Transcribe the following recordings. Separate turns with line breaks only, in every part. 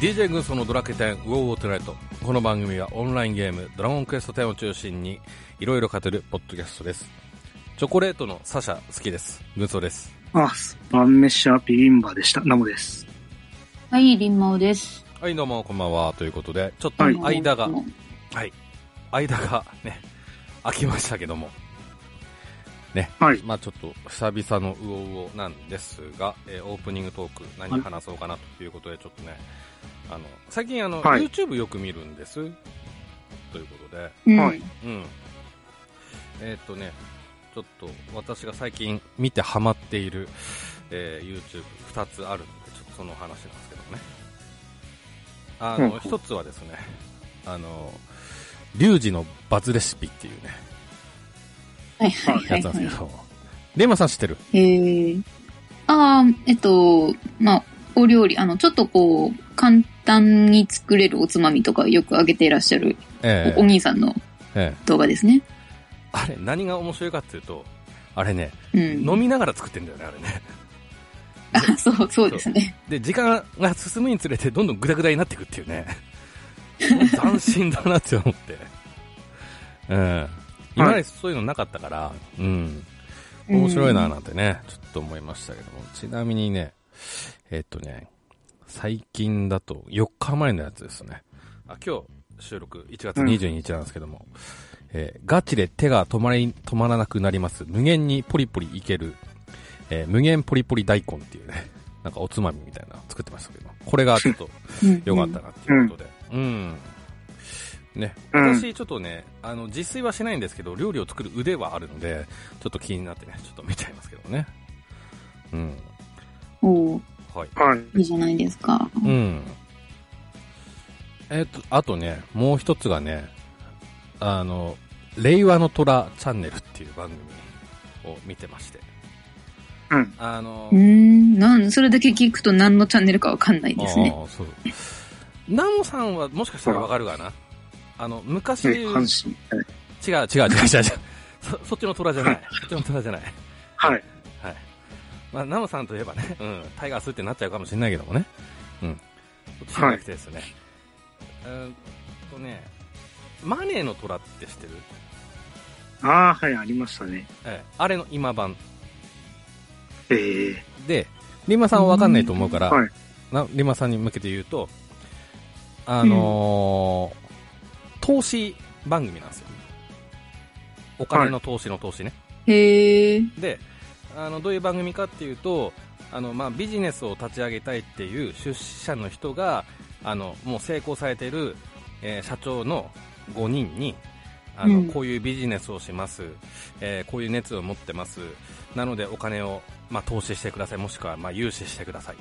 DJ 軍曹のドラケテンウォーウォートナイトこの番組はオンラインゲームドラゴンクエスト10を中心にいろいろ語るポッドキャストですチョコレートのサシャ好きです軍曹です
あ、バンメッシャービビンバでした。ナモです。
はい、りんまおです。
はいどうもこんばんはということでちょっと
はい
間が、はい、間がね空きましたけども
はい。
まあちょっと久々のウオウオなんですが、えーオープニングトーク何話そうかなということでちょっとね、あの、最近あの、
はい
YouTube よく見るんです。ということで、
うん
はい
うん。えーっとね、ちょっと私が最近見てハマっている、えー YouTube 二つあるんで、ちょっとその話なんですけどもね。あ
う
の、
ん
一つはですね、あの、リュウジのバズレシピっていうね、
はい、はい、は
や
い
つなん
は
で
い
すけど、レイマさん知ってる。
えー、あーえっと、まあ、お料理、あの、ちょっとこう、簡単に作れるおつまみとかよくあげていらっしゃるお,、
ええ
お兄さんの
ええ
動画ですね。
あれ、何が面白いかっていうと、あれね、
うん。
飲みながら作ってんだよね、あれね。
あ、そう、そうですね。
で、時間が進むにつれて、どんどんグダグダになっていくっていうね。 斬新だなって思って。うん。今までそういうのなかったから、うん。面白いな、
うん
なんてね、ちょっと思いましたけども。ちなみにね、えっとね、最近だと4日前のやつですね。あ、今日収録1月22日なんですけども、えーガチで手が止まり、止まらなくなります。無限にポリポリいける、えー無限ポリポリ大根っていうね、 なんかおつまみみたいなの作ってましたけど、これがちょっと
うん
良かった。なって いうことで。うん。ね、
うん
私、ちょっとね、あの、自炊はしないんですけど、料理を作る腕はあるので、ちょっと気になってね、ちょっと見ちゃいますけどね。うん。
おー
はい。
はい。
いいじゃないですか。
うん。えっ、と、あとね、もう一つがね、あの、令和の虎チャンネルっていう番組を見てまして。
うん。
あの
うー、ん、なん、それだけ聞くと何のチャンネルかわかんないですね。
ああ、そう。ナモさんはもしかしたらわかるかなあの、昔、
ね、阪神。
違う違う違う違う違うそそっちの虎じゃ ないそっちの虎じゃない
はい。
はいまあナムさんといえばね、うん、タイガースってなっちゃうかもしれないけどもねうんそっちじゃなくてですね、うーんとねマネーの虎って知ってる、
ああ、はい、ありましたね。
ええあれの今版
ええ
でリンマさんはわかんないと思うから、
はい。
なリンマさんに向けて言うとあのー投資番組なんですよお金の投資の投資ね、
へー。
であのどういう番組かっていうとあの、まあ、ビジネスを立ち上げたいっていう出資者の人があのもう成功されている、えー社長の5人にあの、
うん
こういうビジネスをします、えーこういう熱を持ってますなのでお金を、まあ、投資してくださいもしくは、まあ、融資してください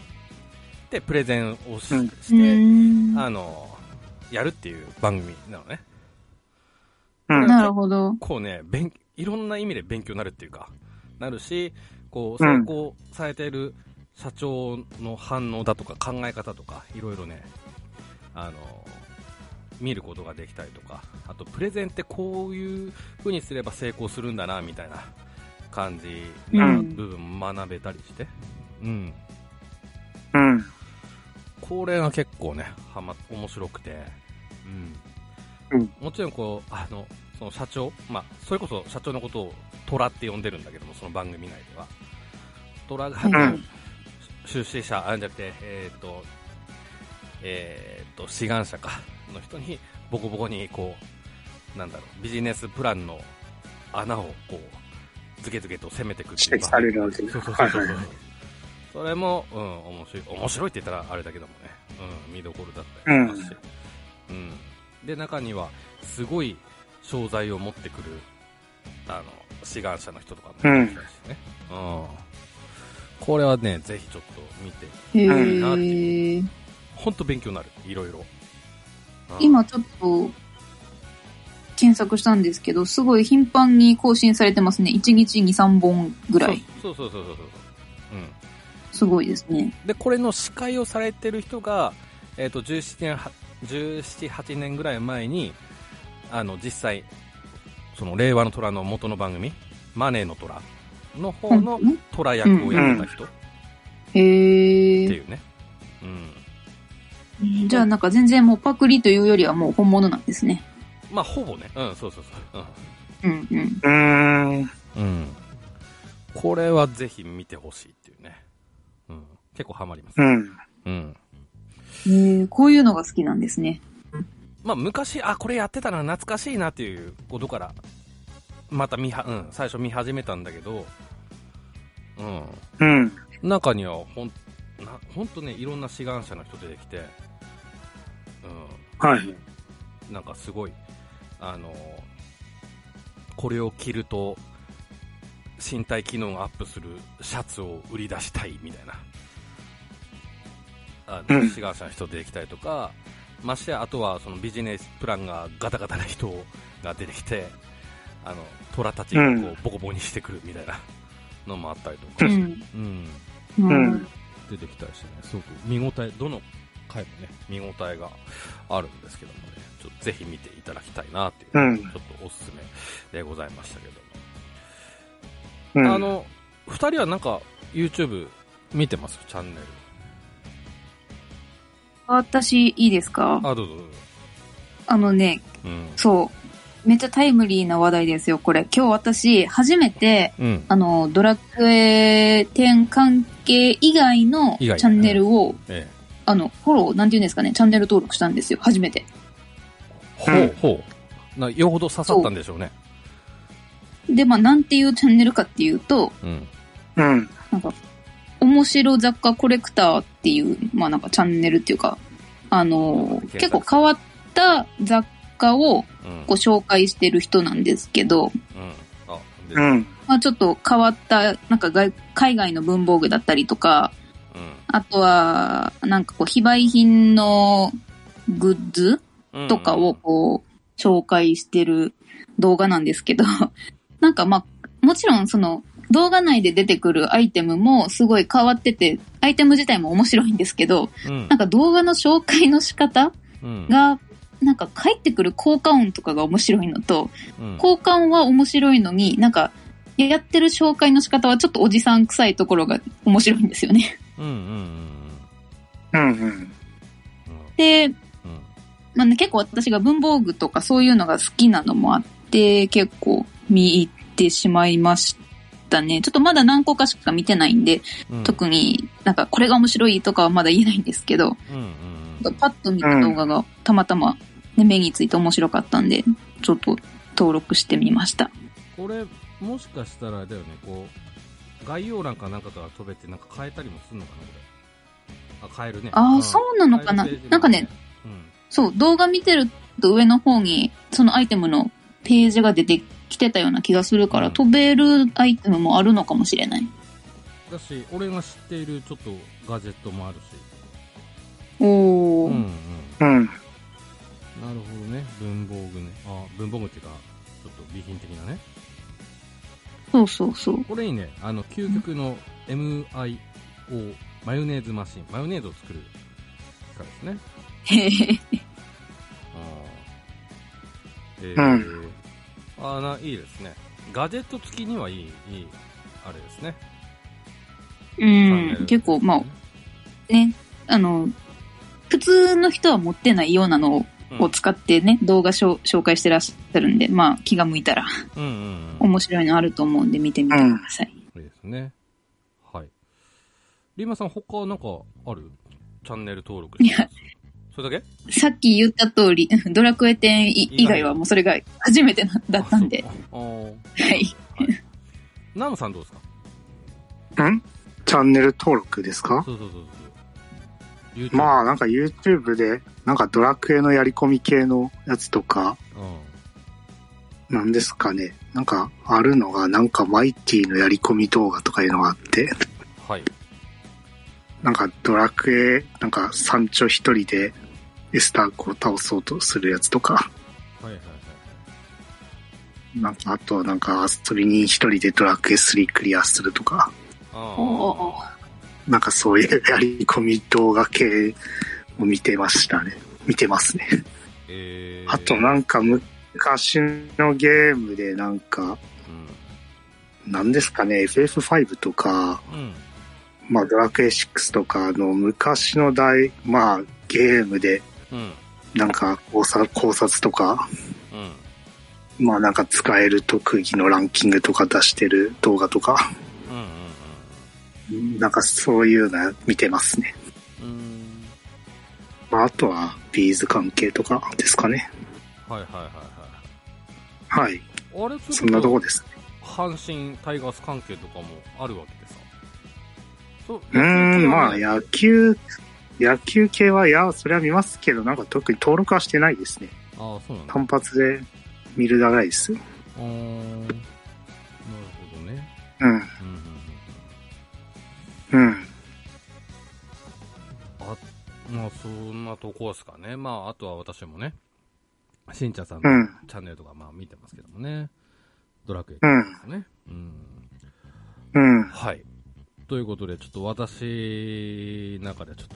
でプレゼンをし,、
うん
う
て
ーん
あのやるっていう番組なのね
うん。
なるほど。
こうね、勉いろんな意味で勉強になるっていうか、なるし、こう、
う
成
ん
功されている社長の反応だとか考え方とか、いろいろね、あの、見ることができたりとか、あとプレゼンってこういう風にすれば成功するんだな、みたいな感じの
うん
部分も学べたりして、うん。
うん。
これが結構ね、はま、面白くて、うん。
うん
もちろんこう、あの、その社長、まあ、それこそ社長のことを虎って呼んでるんだけども、その番組内では。虎が、
はいはい
うん
出資者、あ、じゃなくて、えっ、と、えっ、と、志願者か、の人に、ボコボコに、こう、なんだろう、ビジネスプランの穴を、こう、ずけずけと攻めていくっていう
指摘されるわけね
そうそうそうそう
はいはいは
それも、うん、面白い、面白いって言ったらあれだけどもね、うん、見どころだったりしますし、うん。で、中には、すごい、商材を持ってくる、あの、志願者の人とかもいたりしてね。うん。これはね、ぜひちょっと見て、
へ
なって
ー。
ほんと勉強になる、いろいろ。うん
今、ちょっと検索したんですけど、すごい頻繁に更新されてますね。1日2、3本ぐらい。
そうそうそうそうそうそう。うん。
すごいですね。
でこれの司会をされてる人が、えー、と17年は17 8年ぐらい前にあの実際その令和の虎の元の番組「マネーの虎」の方の
うん
虎役をやってた人っ
へ
て
ー。
いうね、うん
じゃあなんか全然もうパクリというよりはもう本物なんですね。
まあ、ほぼね。うん、そうそうそう。
うんうん。
うーん。
うん。うん、これはぜひ見てほしいっていうね。うん。結構ハマります
う。ん。
うん。
えー、こういうのが好きなんですね。
まあ、昔、あ、これやってたな、懐かしいなっていうことから、また見は、うん、最初見始めたんだけど、うん。
うん。
中にはほんなほんとねいろんな志願者の人出てきて、
はい。
うん、なんかすごいあのこれを着ると身体機能がアップするシャツを売り出したいみたいなあの、
うん
志願者の人出てきたりとかましてやあとはそのビジネスプランがガタガタな人が出てきてあの虎たちをこ
う
うボコボコにしてくるみたいなのもあったりと
う
か、
ん。
うん、
う
うんん。
出てきたりしてね、すごく見応え、どの回もね、見応えがあるんですけどもね、ちょっとぜひ見ていただきたいなっていう、
うん
ちょっとおすすめでございましたけども。
うん。
あ、の、二人はなんか YouTube 見てますチャンネル。
私、いいですかあ
あ、どうぞどうぞ。
のね、
うん。
そう。めっちゃタイムリーな話題ですよ、これ。今日私、初めて、
うん。
あの、ドラクエ10関係以外の
以
チ
外
ャンネルを、
ええ。
あの、フォロー、なんて言うんですかね、チャンネル登録したんですよ、初めて。
ほ
うん
うほう。なよほど刺さったんでしょうね。
で、まあ、なんていうチャンネルかっていうと、
うん。
うん。
なんか、面白雑貨コレクターっていう、まあなんかチャンネルっていうか、あのー、
検索
結構変わった雑貨を
うん。
ご紹介してる人なんですけど、
うん。あ、で、う
う
ん。
ん。
まあちょっと変わった、なんか外海外の文房具だったりとか、あとは、なんかこう、非売品のグッズ
うん。
とかをこう、紹介してる動画なんですけど、 なんかまあ、もちろんその動画内で出てくるアイテムもすごい変わってて、アイテム自体も面白いんですけど、
うん
なんか動画の紹介の仕方
うん、
が、なんか返ってくる効果音とかが面白いのと、
うん、
効果音は面白いのに、なんか、やってる紹介の仕方はちょっとおじさん臭いところが面白いんですよね。
うん。うん。うん。
うん。うん。
で、
うん。うん。
まあね、結構私が文房具とかそういうのが好きなのもあって、結構見入ってしまいましたね。ちょっとまだ何個かしか見てないんで、
うん。
特になんかこれが面白いとかはまだ言えないんですけど、
うん。うん。うん。
パッと見た動画がたまたま、ね、目について面白かったんで、ちょっと登録してみました。
これもしかしたらあれだよねこう概要欄かなんかから飛べてなんか変えたりもするのかなこれあ変えるね
あーそうなのかな
変えるページも
なんかねそう、動画見てると上の方にそのアイテムのページが出てきてたような気がするから、飛べるアイテムもあるのかもしれない。
うん、だし俺が知っているちょっとガジェットもあるし
お
うんうん
うん。
なるほどね文房具ねあ文房具っていうかちょっと備品的なね
そうそうそう。
これにねあの究極の MIO マヨネーズマシンマヨネーズを作る機械ですね
へへ
えー
う
あーないいですねガジェット付きにはいいいいあれですね、
う
チャンネル
ん。結構、まあ、ね、あの、普通の人は持ってないようなのを
うん
を使ってね、動画しょ紹介してらっしゃるんで、まあ、気が向いたら
うんうんうん
面白いのあると思うんで見てみてください。
いいですねはいリーマさん他なんかあるチャンネル登録してますそれだけ
さっき言った通り、 ドラクエ10い以外はもうそれが初めてなだったんで
あ、そうかあー
はい。
はいナムさんどうですか
うんチャンネル登録ですか
そうそうそうそう YouTube
まあ、なんか YouTube で、なんかドラクエのやり込み系のやつとか、
う
なんですかね。なんか、あるのが、なんかマイティのやり込み動画とかいうのがあって、
んはい
なんかドラクエ、なんか山頂一人でエスタークを倒そうとするやつとか、
はいはいはい
なんかあとはなんか遊びに一人でドラクエ3クリアするとか、
あー
おー
なんかそういうやり込み動画系を見てましたね。見てますね。
えー
あとなんか昔のゲームでなんか、なんですかね、FF5 とか、
うんうん
まあ、ドラクエ6とかの昔の代、まあ、ゲームで、
うん。
なんか考察考察とか、
うん。
まあなんか使える特技のランキングとか出してる動画とか、
うん。うん。
なんかそういうの見てますね。
うん。うん。
まああとはビーズ関係とかですかね。
はいはいはい
はい。
はい。あれ
そんなとこ
で。
です。
阪神タイガース関係とかもあるわけでさ。そう。
うーん、まあ
や。
野球、野球系は、いや、それは見ますけど、なんか特に登録はしてないですね。
ああ、そうなんだ。
単発で見るだけです。
うーん。なるほどね。
うん、
うんうん
うん。
うん。あ、まあ、そんなとこですかね。まあ、あとは私もね、しんちゃんさん
う
の
ん
チャンネルとか、まあ見てますけどもね。ドラクエと
う
か
ん
ですね。うん。
うん。
はい。ということで、ちょっと私の中ではちょっと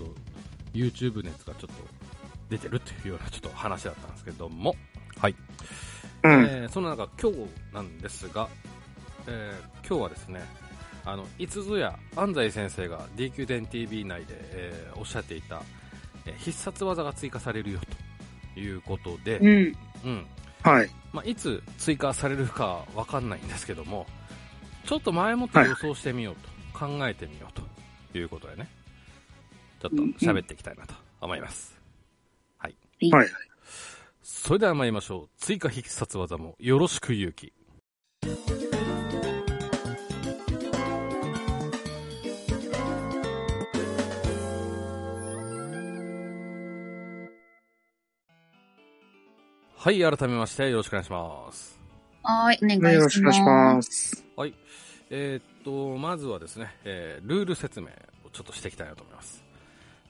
YouTube 熱がちょっと出てるっていうようなちょっと話だったんですけども、はい。
うん。
えーその中、今日なんですが、えー今日はですね、あの、いつぞや安西先生が DQ10TV 内で、えーおっしゃっていた、えー必殺技が追加されるよということで、
うん。
うん。
はい。
まあ、いつ追加されるかわかんないんですけども、ちょっと前もって予想してみようと、考えてみようということでね、ちょっと喋っていきたいなと思います。はい。
はい。
それでは参りましょう。追加必殺技もよろしく勇気。はい、改めましてよろしくお願いします。
はい、お願いします。
よろしくお願いします。
はい。えーっと、まずはですね、えールール説明をちょっとしていきたいなと思います。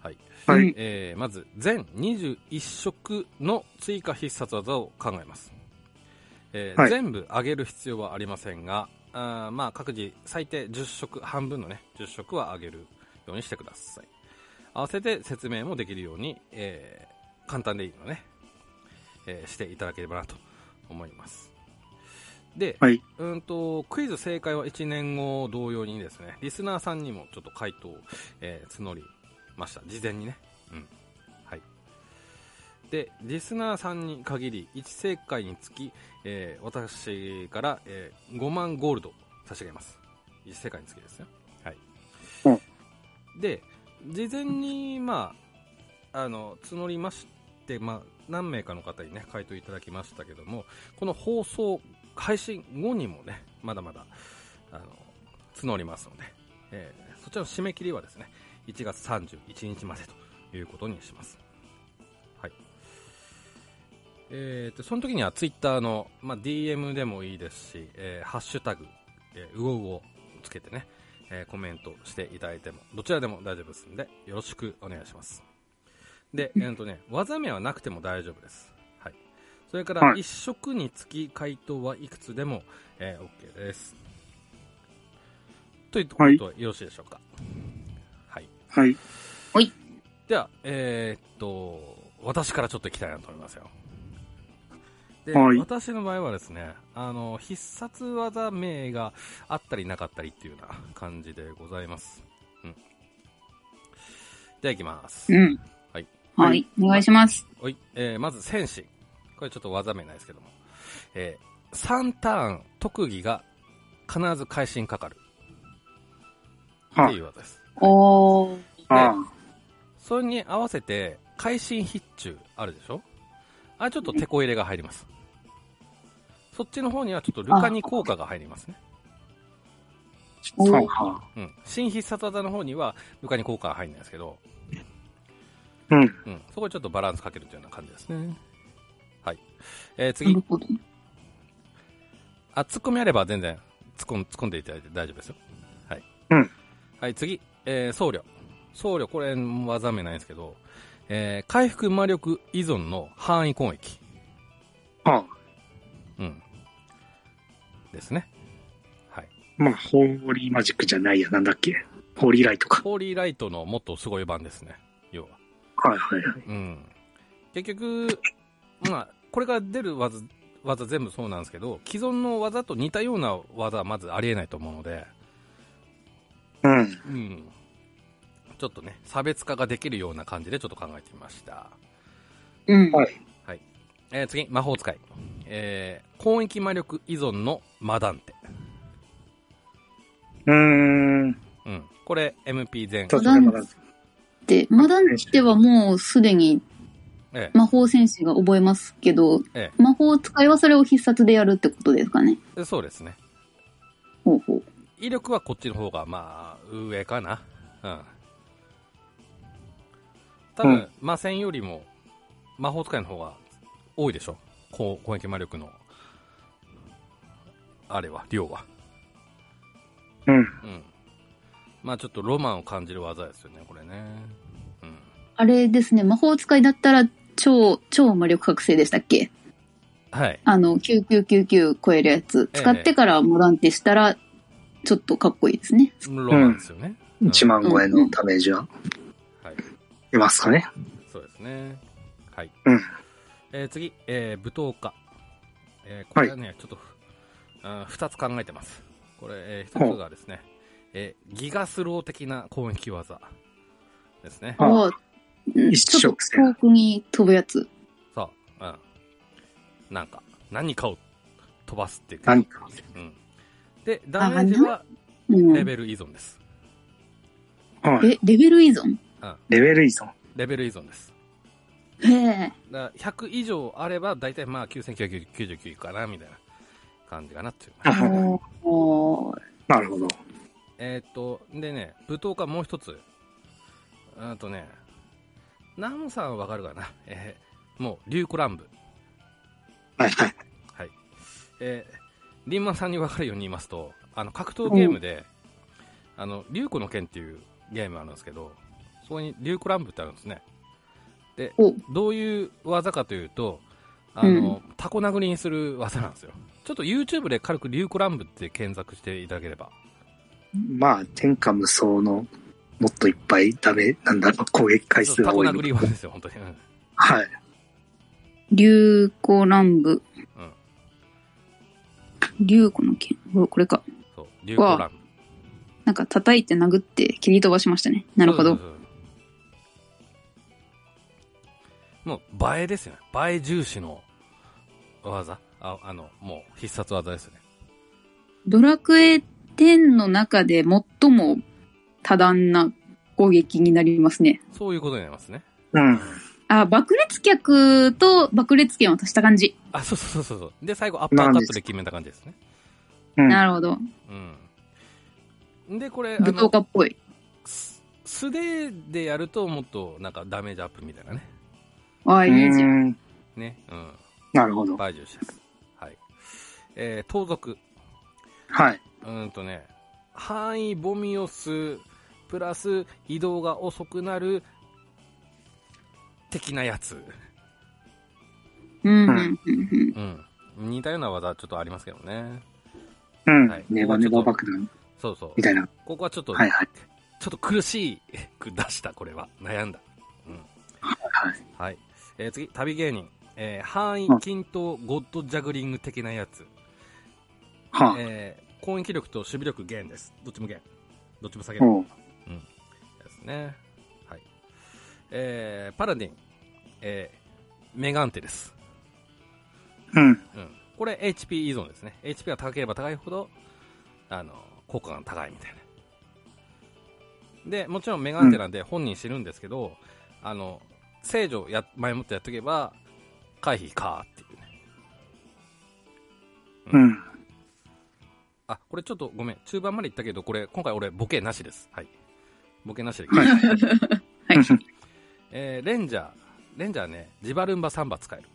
はい。
は
うん
い。
えーまず全21色の追加必殺技を考えます、えー
はい
全部上げる必要はありませんがあーまあ各自最低10色半分のね10色は上げるようにしてください合わせて説明もできるように、えー簡単でいいのね、えーしていただければなと思いますで、
はい。
うんとクイズ正解は1年後同様にですねリスナーさんにもちょっと回答を、えー募りました事前にね、うんはい、でリスナーさんに限り1正解につき、えー私から、えー5万ゴールド差し上げます1正解につきですね、はい
うん
で事前に、まあ、あの募りまして、まあ、何名かの方にね回答いただきましたけどもこの放送配信後にもね、まだまだ、あの、募りますので、えーそちらの締め切りはですね、1月31日までということにします。はい。えーと、その時にはツイッターの、まあ、DM でもいいですし、えーハッシュタグ、えー、うおうおつけてね、えーコメントしていただいても、どちらでも大丈夫ですんで、よろしくお願いします。で、えーとね、技名はなくても大丈夫です。はい。それから、
はい
1色につき回答はいくつでも、えー、OK です。ということ
は
で
い
よろしいでしょうか。はい。
はい。
では、えーっと、私からちょっと行きたいなと思いますよ。で、
はい
私の場合はですね、あの、必殺技名があったりなかったりっていうような感じでございます。うん。では行きます。
うん。
はい。
はい、お願いします。
はい、えーまず戦士。これちょっと技名ないですけども。えー、3ターン特技が必ず会心かかる。っ
は
てい
い。
う技です。
おー。
あ
それに合わせて、会心必中あるでしょあれちょっとテこ入れが入ります。そっちの方にはちょっとルカニ効果が入りますね。
あ。
お
は
ー
は。
うん。新必殺技の方にはルカニ効果が入るんですけど、
うん。
うん。そこでちょっとバランスかけるというような感じですね。はい。えー、
な
次
る。ほど。
あ、突っ込みあれば全然突っ込ん突っ込んでいただいて大丈夫ですよ。はい。
うん。
はい、次。えー、僧侶。僧侶、これ技名ないんですけど、えー、回復魔力依存の範囲攻撃。
は
うん。ですね。はい。
まあ、ホーリーマジックじゃないや。なんだっけ。ホーリーライトか。
ホーリーライトのもっとすごい版ですね。要は。
はいはいはい。
うん。結局、まあ、これから出る技、技全部そうなんですけど、既存の技と似たような技はまずありえないと思うので、
うん。
うん。ちちょっとね、差別化ができるような感じでちょっと考えてみました。
うん。
はい
えー次、魔法使い。えー、広域魔力依存のマダンテ。
うーん。
うん。これ、MP 前。
そうですね、まだ。
で、マダンテはもうすでに
え
魔法戦士が覚えますけど、
え
魔法使いはそれを必殺でやるってことですかね。
え、そうですね。
ほうほう。
威力はこっちの方が、まあ、上かな。うん。多
う
分
ん、
魔戦よりも、魔法使いの方が多いでしょ。こう攻撃魔力の、あれは、量は。
うん。
うん。まあ、ちょっとロマンを感じる技ですよね、これね。うん。
あれですね、魔法使いだったら超、超魔力覚醒でしたっけ
はい。
あの、9999超えるやつ。
ええ
使ってからマダンテしたら、ちょっとかっこいいですね。
ロマンですよね。
1万超えのダメージは
はい。
出ますかね。
そうですね。はい。
うん
えー次、えー、舞踏家。えーこれはね、ちょっと、あー二つ考えてます。これ、えー
ほう
一つがですね、えーギガスロー的な攻撃技ですね。
は
ああ、うん
一
ちょっ
色
と遠くに飛ぶやつ。
そう、うん。なんか、何かを飛ばすっていう。
何か。
うん。で、ダメージは
うん、
レベル依存です。
はい。
え、レベル依存
レベル依存。
レベル依存です。
へえ。
だから100以上あれば、だいたいまあ9999かな、みたいな感じかなっていう。
おー
なるほど。
えーっと、でね、舞踏家もう一つ。うーんとね、ナムさんわかるかな えーもう、リューコランブ。
はいはい。
はい。えー、リンマさんにわかるように言いますと、あの、格闘ゲームで、あの、リューコの剣っていうゲームあるんですけど、そこにリューコランブってあるんですね。で
お、
どういう技かというと、あの、タコ殴りにする技なんですよ。ちょっと YouTube で軽くリューコランブって検索していただければ。
まあ、天下無双のもっといっぱいダメ、なんだろう、攻撃回数
タ
が
コ
多い
殴
の
り。技ですよ、本当に。うん
はい。
流行乱舞。
うん
流行の剣。おこれか。
そう、流行ラン。
なんか叩いて殴って切り飛ばしましたね。なるほ
そ
ど
う。そうそうもう、映えですよね。映え重視の技。ああの、もう、必殺技ですね。
ドラクエ10の中で最も多段な攻撃になりますね。
そういうことになりますね。
うん。
あ、爆裂脚と爆裂剣を足した感じ。
あ、そうそうそうそうそう。で、最後、アッパーカットで決めた感じですね。
うん。
なるほど。
うん。で、これ、あ
武闘
の
家、っぽい。
す素手でやると、もっと、なんか、ダメージアップみたいなね。
ああ、いいじゃん。
うん
ね。うん。
なるほど。
映え重視です。はい。えー、盗賊。
はい。
うーんとね、範囲ボミオス、プラス移動が遅くなる、的なやつ。
うん、うん、うん。
うん。似たような技ちょっとありますけどね。
うん。
はい。
ネバネバ爆弾
そうそう
み。たいな。
ここはちょっと、
はいはい。
ちょっと苦しい く出した、これは。悩んだ。
はい。
はい。えー次、旅芸人。えー範囲
うん
均等ゴッドジャグリング的なやつ。
は
えー攻撃力と守備力減です。どっちも減。どっちも下げ
あ。
る。
おう
ですね。はい。えー、パラディン、えー、メガンテです。
うん。
うん。これ HP 依存ですね。HP が高ければ高いほど、あの、効果が高いみたいな。で、もちろんメガンテなんで本人知るんですけど、あの、聖女をや、前もってやっとけば、回避かーっていうね。
うん。
あ、これちょっとごめん。中盤まで言ったけど、これ、今回俺ボケなしです。はい。ボケなしでいき ます。
はい。
えー、レンジャー。レンジャーね、ジバルンバ3バ使える。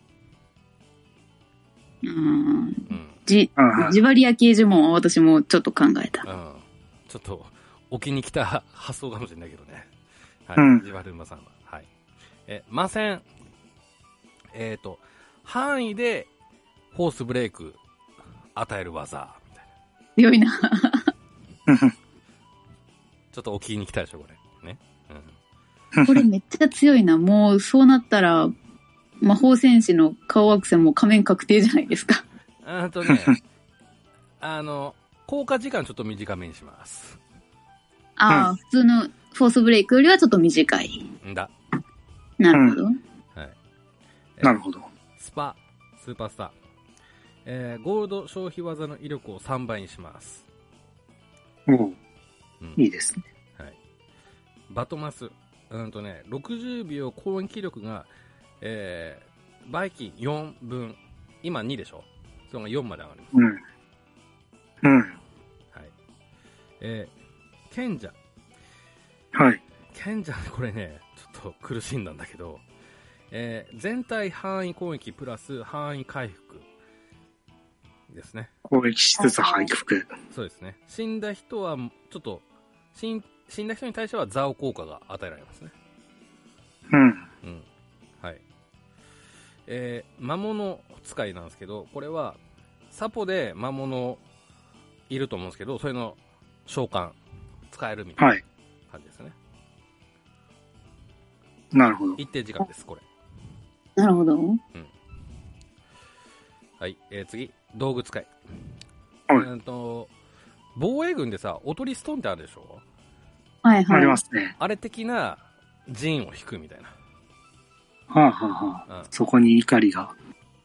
うん
うん。
じ、
うん
ジバリア系呪文は私もちょっと考えた。
うんちょっと、置きに来た発想かもしれないけどね。はい。
うん
ジバルンバさんは。はい。え、魔線。えっ、と、範囲で、フォースブレイク、与える技、みたいな。
強いな。
ちょっと置きに来たでしょ、これ。ね。うん。
これめっちゃ強いな。もうそうなったら、魔法戦士の顔アクセも仮面確定じゃないですか。
あとね、あの、効果時間ちょっと短めにします。
ああ、普通のフォースブレイクよりはちょっと短い。
んだ。
なるほど。
はい。
なるほど。
スパ、スーパースター。えー、ゴールド消費技の威力を3倍にします。
おう
うん
いいですね。
はい。バトマス。うんとね、60秒攻撃力が、えー、バイキン4分。今2でしょそれが4まで上がります。
うん。うん。
はい。えー、賢者。
はい。
賢者、これね、ちょっと苦しんだんだけど、えー、全体範囲攻撃プラス範囲回復ですね。
攻撃しつつ回復。
そうですね。死んだ人は、ちょっと、死ん死んだ人に対してはザオ効果が与えられますね。
うん。
うん。はい。えー魔物使いなんですけど、これは、サポで魔物いると思うんですけど、それの召喚、使えるみた
はいい。
な感じですね。
なるほど。
一定時間です、これ。
なるほど。
はい、えー次、道具使い。
はい
うんと、防衛軍でさ、おとりストンってあるでしょ
はいはい。
ありますね。
あれ的な陣を引くみたいな。
はあ、はあはあ、
うん、
そこに怒りが。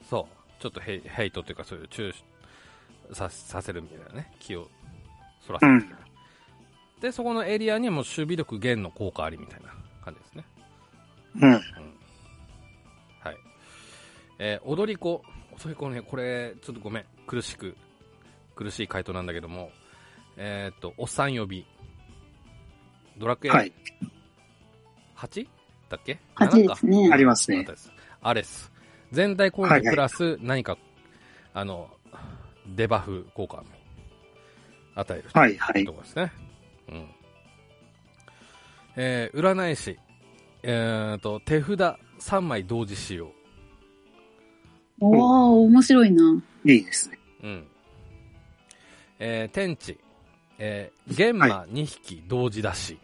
そう。ちょっとヘイヘイトというか、そういう注視ささせるみたいなね。気をそらせるみたいな。で、そこのエリアにもう守備力減の効果ありみたいな感じですね。
うん。
うんはい。えー踊り子。踊り子ね、これ、ちょっとごめん。苦しく、苦しい回答なんだけども、えーっと、おっさん呼び。ドラクエ、
はい。
8? だっけ
8
7
で
か
すね
あります
あっ
ね
た。ですあれです。全体攻
はい
撃
はい
プラス何か、あの、デバフ効果を与える。
はいはい
ところですね。うん。えー占い師。えーと、手札3枚同時使用。
おお面白いな。
いいですね。
うん。えー天地。えー、玄馬2匹同時出し。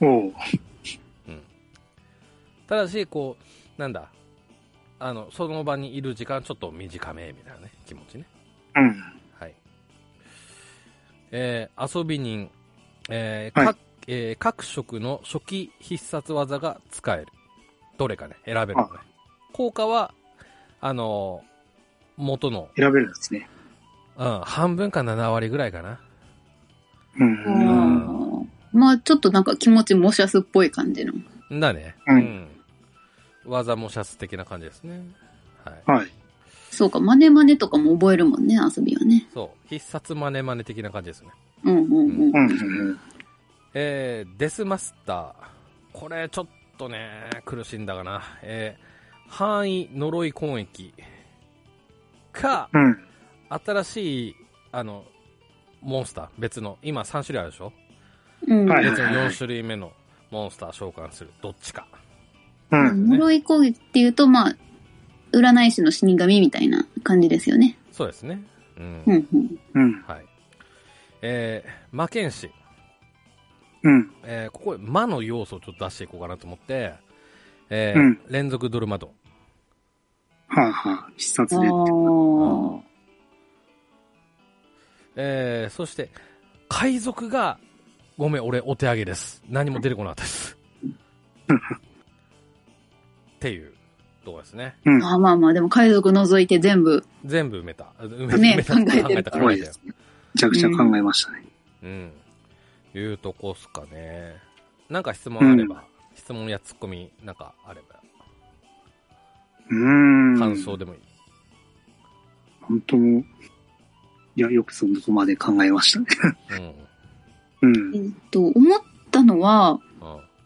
おう。
ただし、こう、なんだ、あの、その場にいる時間ちょっと短め、みたいなね、気持ちね。
うん。
はい。えー遊び人、えー
はい
各えー各色の初期必殺技が使える。どれかね、選べるのね。効果は、あのー元の、
選べるんですね。
うん、半分か7割ぐらいかな。
う
お
ん。
ん
ーまあちょっとなんか気持ちもしゃすっぽい感じの。
だね。
はい
うん技もシャス的な感じですね。はい。
はい。
そうか、マネマネとかも覚えるもんね、遊びはね。
そう。必殺マネマネ的な感じですね。
うんうん
う
うん
うん
ん。
うん。
えーデスマスター。これ、ちょっとね、苦しんだかな。えー範囲呪い攻撃。か、
うん。
新しい、あの、モンスター。別の。今3種類あるでしょ
うん。
はい
別の4種類目のモンスター召喚する。どっちか。
うん。
呪い攻撃っていうと、まあ、占い師の死神みたいな感じですよね。
そうですね。うん。
うんうん。
うん。
はい。えー魔剣士。
うん。
えーここ、魔の要素をちょっと出していこうかなと思って、えー
うん
連続ドルマドン。
はあ、はあ、必殺
あ
で。
ー
えー、そして、海賊が、ごめん、俺、お手上げです。何も出てこなかったです。っていうとこですね。
うん。
あー。まあまあ、でも海賊除いて全部。
全部埋めた。埋
ね
埋めた
考えてる
考えた、
怖
考え
い
た
で
よ
す。ね。めちゃくちゃ考えましたね。
うん。いうとこっすかね。なんか質問あれば、質問やツッコミなんかあれば、
うん。
感想でもいい。
本当も、いや、よくそこまで考えましたね。
うん。
うん
え。っと、思ったのは、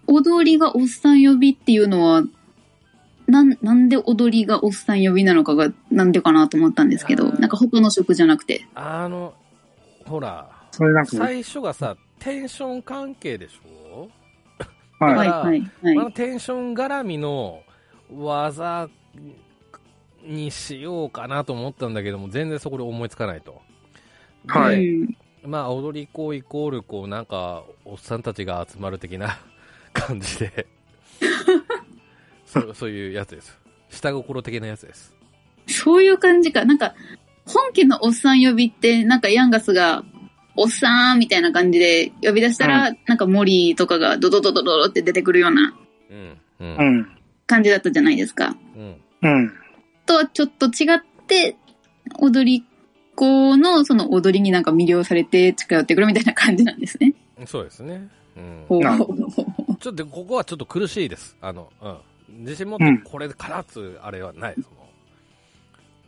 うん。
踊りがおっさん呼びっていうのは、なん、なんで踊りがおっさん呼びなのかが、なんでかなと思ったんですけ
あ
ど、
ー
なんか他の職じゃなくて。
あの、ほら、
それなんか、はい。
最初がさ、テンション関係でしょ
は
だか
はい
ら
はいはい
あ。のテンション絡みの技にしようかなと思ったんだけども、全然そこで思いつかないと。で
は
う
い
ん
まあ、踊り子イコール、こう、なんか、おっさんたちが集まる的な感じで、そうそういうやつです。下心的なやつです。
そういう感じか。なんか、本家のおっさん呼びって、なんかヤンガスが、おっさんみたいな感じで呼び出したら、なんか森とかがドドドドドドって出てくるような
うん。
う
うん。
ん。
感じだったじゃないですか。
うん。
うん。
とはちょっと違って、踊り子のその踊りになんか魅了されて近寄ってくるみたいな感じなんですね。
そうですね。うん。
ほう
なる
ほうほうほう
ちょっと、ここはちょっと苦しいです。あの、うん。自信持ってこれからっつうあれはないです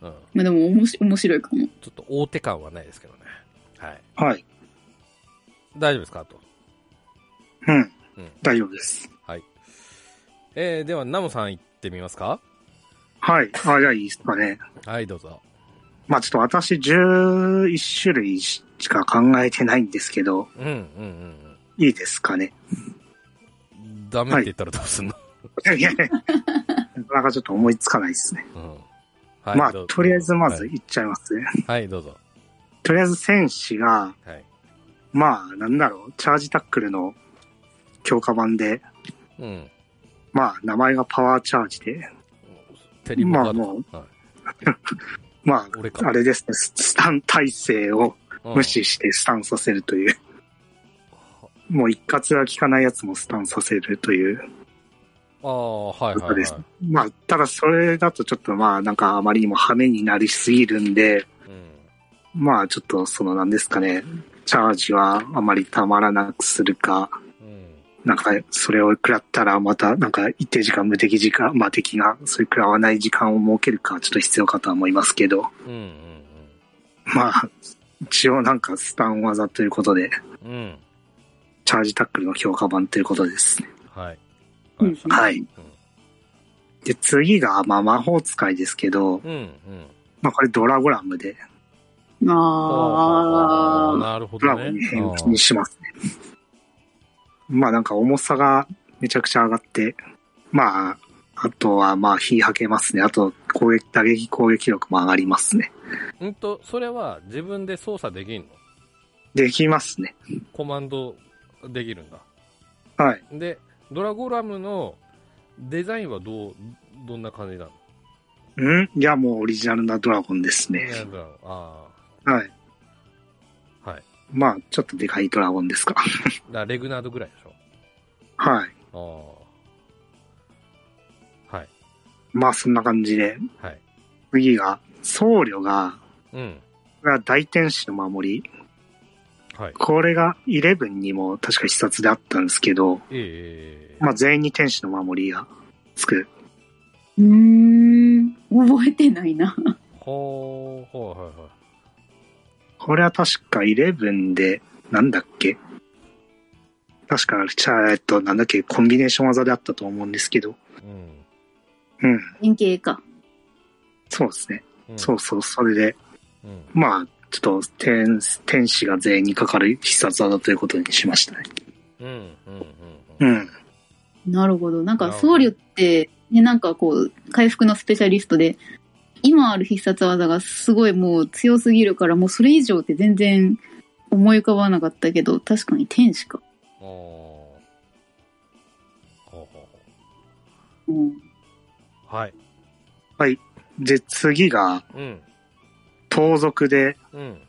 もん。うん。
まあでも面白面白いかも。
ちょっと大手感はないですけどね。はい。
はい。
大丈夫ですかあと。
うん。
うん。
大丈夫です。
はい。えー、では、ナムさん行ってみますか
はい。あ、じゃあいいですかね。
はい、どうぞ。
まあちょっと私11種類しか考えてないんですけど、
うん、うん、うん
いいです かね。
うん。ダメって言ったらどうすんの、
いやなかなかちょっと思いつかないですね。
うん。
まあ
どう
とりあえずまず
はい、
いっちゃいますね。
はい、どうぞ。
とりあえず戦士が、
はい。
まあなんだろう、チャージタックルの強化版で、
うん。
まあ名前がパワーチャージで、
テリモカー
まあ
ドか。はい
ま
俺
あ、
か
あれですね、ススタン体制を
うん
無視してスタンさせるという。もう一括が効かないやつもスタンさせるという。
ああ、はいはい、
そう
はい
です。まあ、ただそれだとちょっとまあ、なんかあまりにも羽目になりすぎるんで、
うん。
まあちょっとそのなんですかね、チャージはあまりたまらなくするか、
うん。
なんかそれを食らったらまたなんか一定時間無敵時間、まあ敵がそれ食らわない時間を設けるかちょっと必要かとは思いますけど、
うん、
まあ、一応なんかスタン技ということで、
うん、うん。うん。
チャージタックルの強化版ということですね。
はい。
う
わか
ん
りまし
はい。で、次が、まあ魔法使いですけど
た、うん、うん。
まあこれドラゴラムで、
ああ、
あ
なるほ
ド
どね
ラゴン。に変身しますね。まあなんか重さがめちゃくちゃ上がって、まあ、あとはまあ火吐けますね。あと攻撃、打撃攻撃力も上がりますね。
うんうんと、それは自分で操作できんの
できますね。
コマンドできるんだ。
はい。
で、ドラゴラムのデザインはどう、どんな感じなの
うんいやもうオリジナルなドラゴンですね
い。やドラゴンあ
はい。
あ、はい。
まあちょっとでかいドラゴンですか。
だからレグナードぐらいでし
はい。
ょああ。はい。
まあそんな感じで。
はい。
次が、僧侶が、
うん。
これは大天使の守り。
はい。
これが11にも確か必殺であったんですけど、
ええ
まあ全員に天使の守りがつく
ー。うーん。覚えてないな。
ほう、ほう、はい、はい。
これは確か11で、なんだっけ確か、じゃあ、えっと、なんだっけ、コンビネーション技であったと思うんですけど。
うん。
うん。
円形か。
そうですね。
うん、
そうそう、それで、
うん。
まあ、ちょっと、天、天使が全員にかかる必殺技ということにしましたね。
うん。うん。うん。う。
うんん。
なるほど。なんか
なるほど
僧侶って、ね、なんかこう、回復のスペシャリストで、今ある必殺技がすごいもう強すぎるから、もうそれ以上って全然思い浮かばなかったけど、確かに天使か。
あーほうほうほ
うん。
うはい。
で、次が、
うん。
盗賊で、
うん。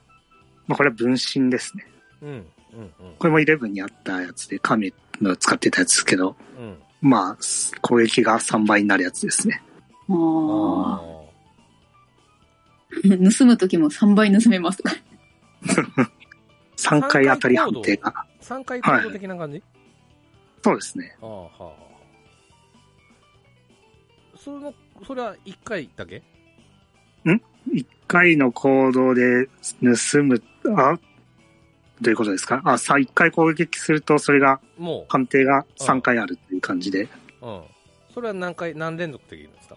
まあ、これは分身ですね。
うん。うん。うん。
これも11にあったやつで、神の使ってたやつですけど、
うん。
まあ、攻撃が3倍になるやつですね。
ああ。
あ
盗む時も3倍盗めますとか。
3回当たり判定が。
あ。三回行動的な感じ、
そうですね。
ああ、はあはあ。その、それは一回だけ
一回の行動で盗む、あ、どういうことですかあ、さ、一回攻撃すると、それが、
も
判定が3回あるっていう感じで。
う。うん。それは何回、何連続できるんですか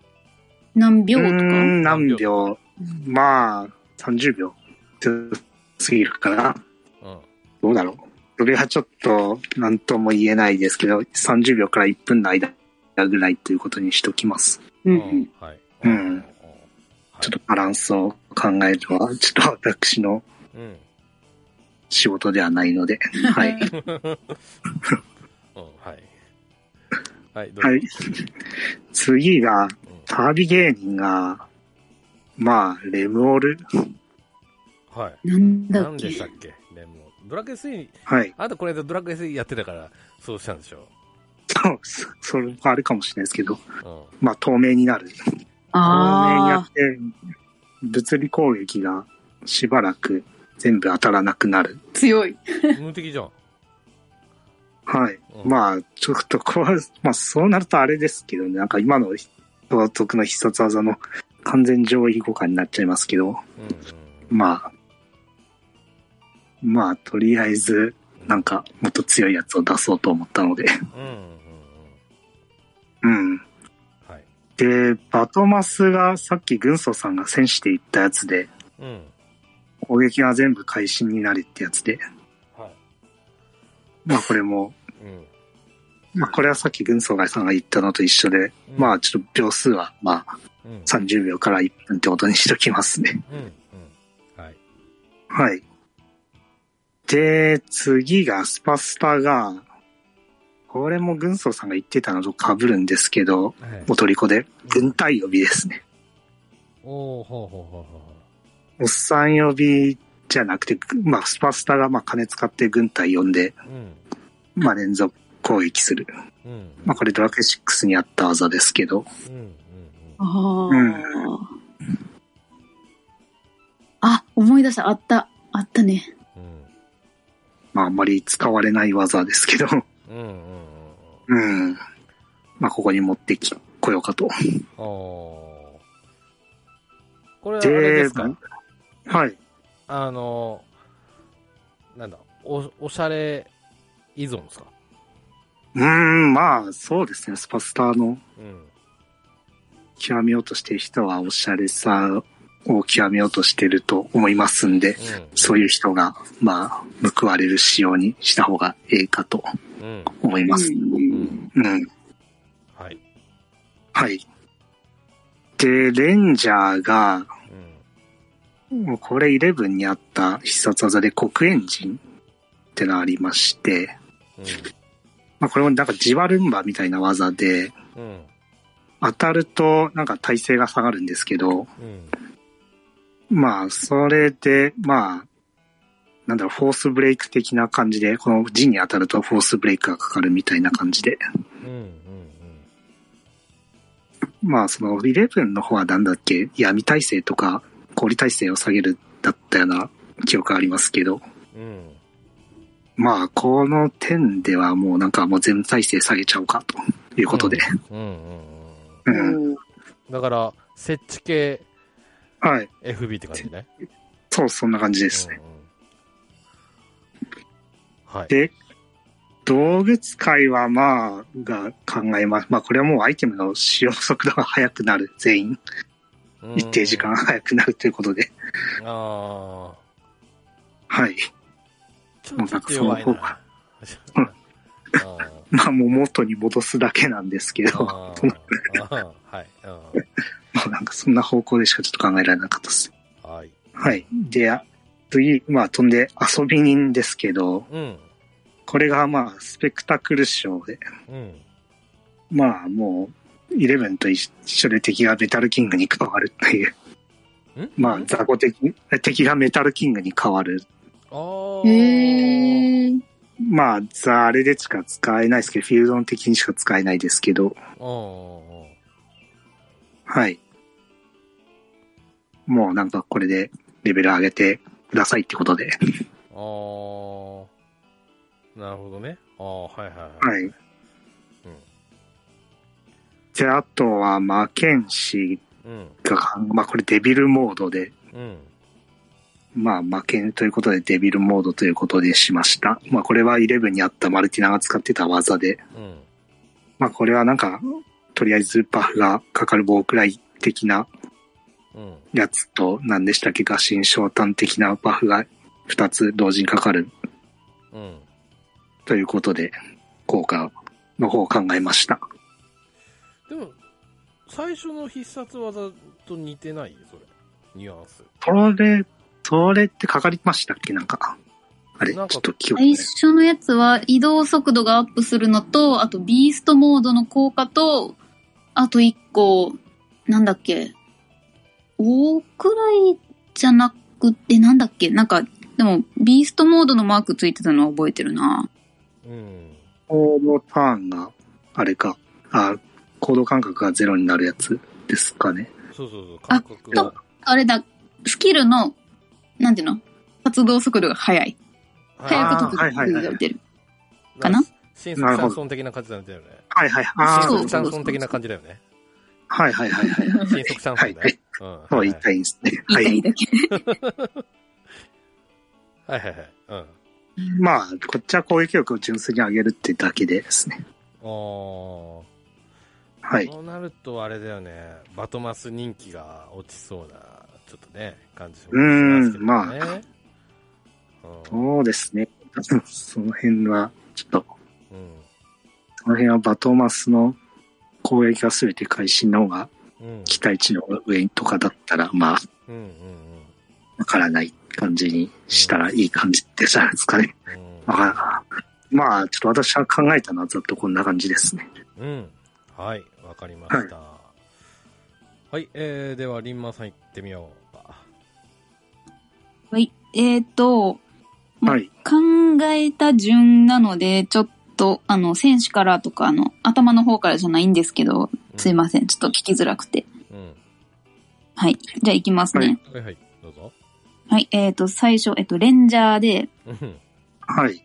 何
う
秒と
ー
か。
ん、何
何
秒まあ、30秒過ぎるから、
うん。
どうだろう。それはちょっと、なんとも言えないですけど、30秒から1分の間ぐらいということにしときます。
う
うん
うん。。
はい。
うん
はい
ちょっとバランスを考えるのは、ちょっと私の
うん。
仕事ではないので、はい。
うん、はい。はい、どうぞ。
はい。次が、
うん
旅芸人が、まあ、レムオル。
はい。
なんだ
何
っけ
でしたっけレモン。ドラクエ3、
はい。
あなたこれ間ドラクエ3やってたから、そうしたんでしょ
そう、そそれはあれかもしれないですけど、
う。うん。
まあ透明になる。透明にな
あ
って、物理攻撃がしばらく全部当たらなくなる。
あ、強い。
無敵じゃん。
はい。
うん
まあ、ちょっとこれ、まあそうなるとあれですけどね、なんか今の道徳の必殺技の完全上位互換になっちゃいますけど、
うん
まあ、まあとりあえず、
うん。
なんかもっと強いやつを出そうと思ったので、
うんうんうん。
うん。
はい。
で、バトマスがさっき軍曹さんが戦士で言ったやつで、
うん。
攻撃が全部会心になるってやつで、
はい。
まあこれも、
うん。
まあこれはさっき軍曹さんが言ったのと一緒で、まあ
あ、
ちょっと秒数はまあ
うん。
30秒から1分ってことにしときますね。
うん。うん。はい。
はい。で、次がスパスタが、これも軍曹さんが言ってたのと被るんですけど、
はい
おとりこで、軍隊呼びですね。
おおほうほうほうほ
おっさん呼びじゃなくて、まあスパスタがまあ金使って軍隊呼んで、
うほう。うん。
まあ連続攻撃する。
うん。
まあこれドラクエ6にあった技ですけど、
うん。うん。
あ
う
あ。あ、思い出した。あった。あったね。
うん。
まああんまり使われない技ですけど、
うん。うん。うん。
うん。まあここに持ってき、こようかと。
おお。これはあれですか
ではい。
あの、なんだ、お、おしゃれ依存ですか
うーん、まあそうですね、スパスタの
うん。
極めようとしてる人はおしゃれさを極めようとしてると思いますんで、そういう人が、まあ、報われる仕様にした方がええかと
うん。うん。
思います。
う
うん
ん。
うん。
はい。
はい。で、レンジャーが、
うん。
もうこれ11にあった必殺技で黒煙人ってのありまして、まあこれもなんかジワルンバみたいな技で、
うん。うん。
当たるとなんか耐性が下がるんですけど、
うん。
まあ、それで、まあ、なんだろう、フォースブレイク的な感じで、この陣に当たるとフォースブレイクがかかるみたいな感じで。
うん。うん。
まあ、その、11の方はなんだっけ、闇耐性とか、氷耐性を下げるだったような記憶ありますけど、
うん。うん。
まあ、この点ではもうなんかもう全部耐性下げちゃおうかということで。
うん。うん。
うん。
だから、設置系
はい。
FB って感じね。
そう、そんな感じです
う
ね。
んうんはい。
で、道具使いはまあ、が考えます。まあ、これはもうアイテムの使用速度が速くなる、全員。
うん
一定時間。早くなるということで、
ああ。
はい。
ちょっと弱いな。
うん
あー
まあ、もう元に戻すだけなんですけど、
あ
そん
ー
な
あーはい。
まあ、なんかそんな方向でしかちょっと考えられなかったです。
うんはい。
はい。で、あ次、まあ、飛んで遊び人ですけど、
うん。
これがまあ、スペクタクル賞で、
うん。
まあ、もう、イレブンと一緒で敵がメタルキングに変わるという、
ん
まあ、雑魚敵、敵がメタルキングに変わる。
ああ。
へえ。
まあ、ザあれでしか使えないですけど、フィールドの敵にしか使えないですけど、
うん
はい。もうなんかこれでレベル上げてくださいってことで。
あーなるほどね。ああ、はいはい
はい。で、あとは、まあ、剣士
うん。
がか、まあこれデビルモードで、
うん。
まあ負けんということでデビルモードということでしました。まあこれは11にあったマルティナが使ってた技で、
うん。
まあこれはなんか、とりあえずバフがかかる棒くらい的な
うん。
やつと、何でしたっけ、合心昇胆的なバフが2つ同時にかかる
うん。
ということで、効果の方を考えました。
でも、最初の必殺技と似てないそれ。ニュアンス。
それ、それってかかりましたっけなんか。あれ、ち
な
ょ
ん
っ
か
と記憶
最初のやつは移動速度がアップするのと、あとビーストモードの効果と、あと一個、なんだっけ、大くらいじゃなくて、なんだっけ、なんかでも、ビーストモードのマークついてたのは覚えてるな。
うん。
このターンが、あれか、あ、行動感覚がゼロになるやつですかね。
そうそうそう、
あ
感覚
と
が。
あれだ、スキルの、なんていうの活動速度が速い。
は
速
い
く特
あーはいはい
技
はい
が打てる。かな
新作シャンソン的な感じなんだよね。
はいはい。あ
新
あ、
そう
速シャンソン的な感じだよね。
はいはいはいは
新
い。
速シャンソンだよ。うんはい
そう
は
言
い
いたいんですね。は
言いたい
い。
だけ。
はいはいはい。うん。
まあ、こっちは攻撃力を純粋に上げるってだけですね。
おー。
はい。
そうなるとあれだよね、バトマス人気が落ちそうな、ちょっとね、感じしますけどね。
うーんまあ
うん。
そうですね。 その辺は、ちょっと、
うん
その辺はバトマスの攻撃が全て会心の方が
うん。
期待値の上とかだったら、まあ、
うんうんうん。
わからない感じにしたらいい感じでじゃないですか ね。
うん
わからんまあ、ちょっと私は考えたのはざっとこんな感じですね。
うん。はい、わかりました。はい、えー、では、リンマさん行ってみようか。
はい。えっ、と、ま
はい。
考えた順なので、ちょっと、あの、選手からとか、あの、頭の方からじゃないんですけど、すいません。ちょっと聞きづらくて。
せん。うん。
はい。じゃあ行きますね。
はいはい、どうぞ。
はい。えっ、と、最初、えっ、と、レンジャーで、
うん。
はい。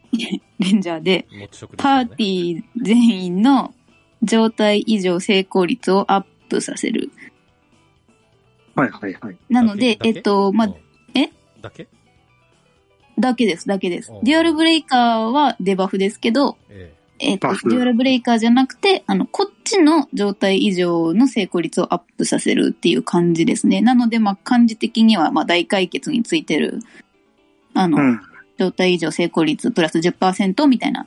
レンジャーで、
持ち食です
パ
よね
ーティー全員の状態以上成功率をアップさせる。
はいはいはい。
なので
だ、け
えっと、ま
うん、
あえ
だけ
だけです、だけです
うん。
デュアルブレイカーはデバフですけど、
え
えっと
バ、フ
デュアルブレイカーじゃなくて、あの、こっちの状態以上の成功率をアップさせるっていう感じですね。なので、まあ、漢字的には、まあ、大解決についてる、あの、
うん。
状態以上成功率プラス10%みたいな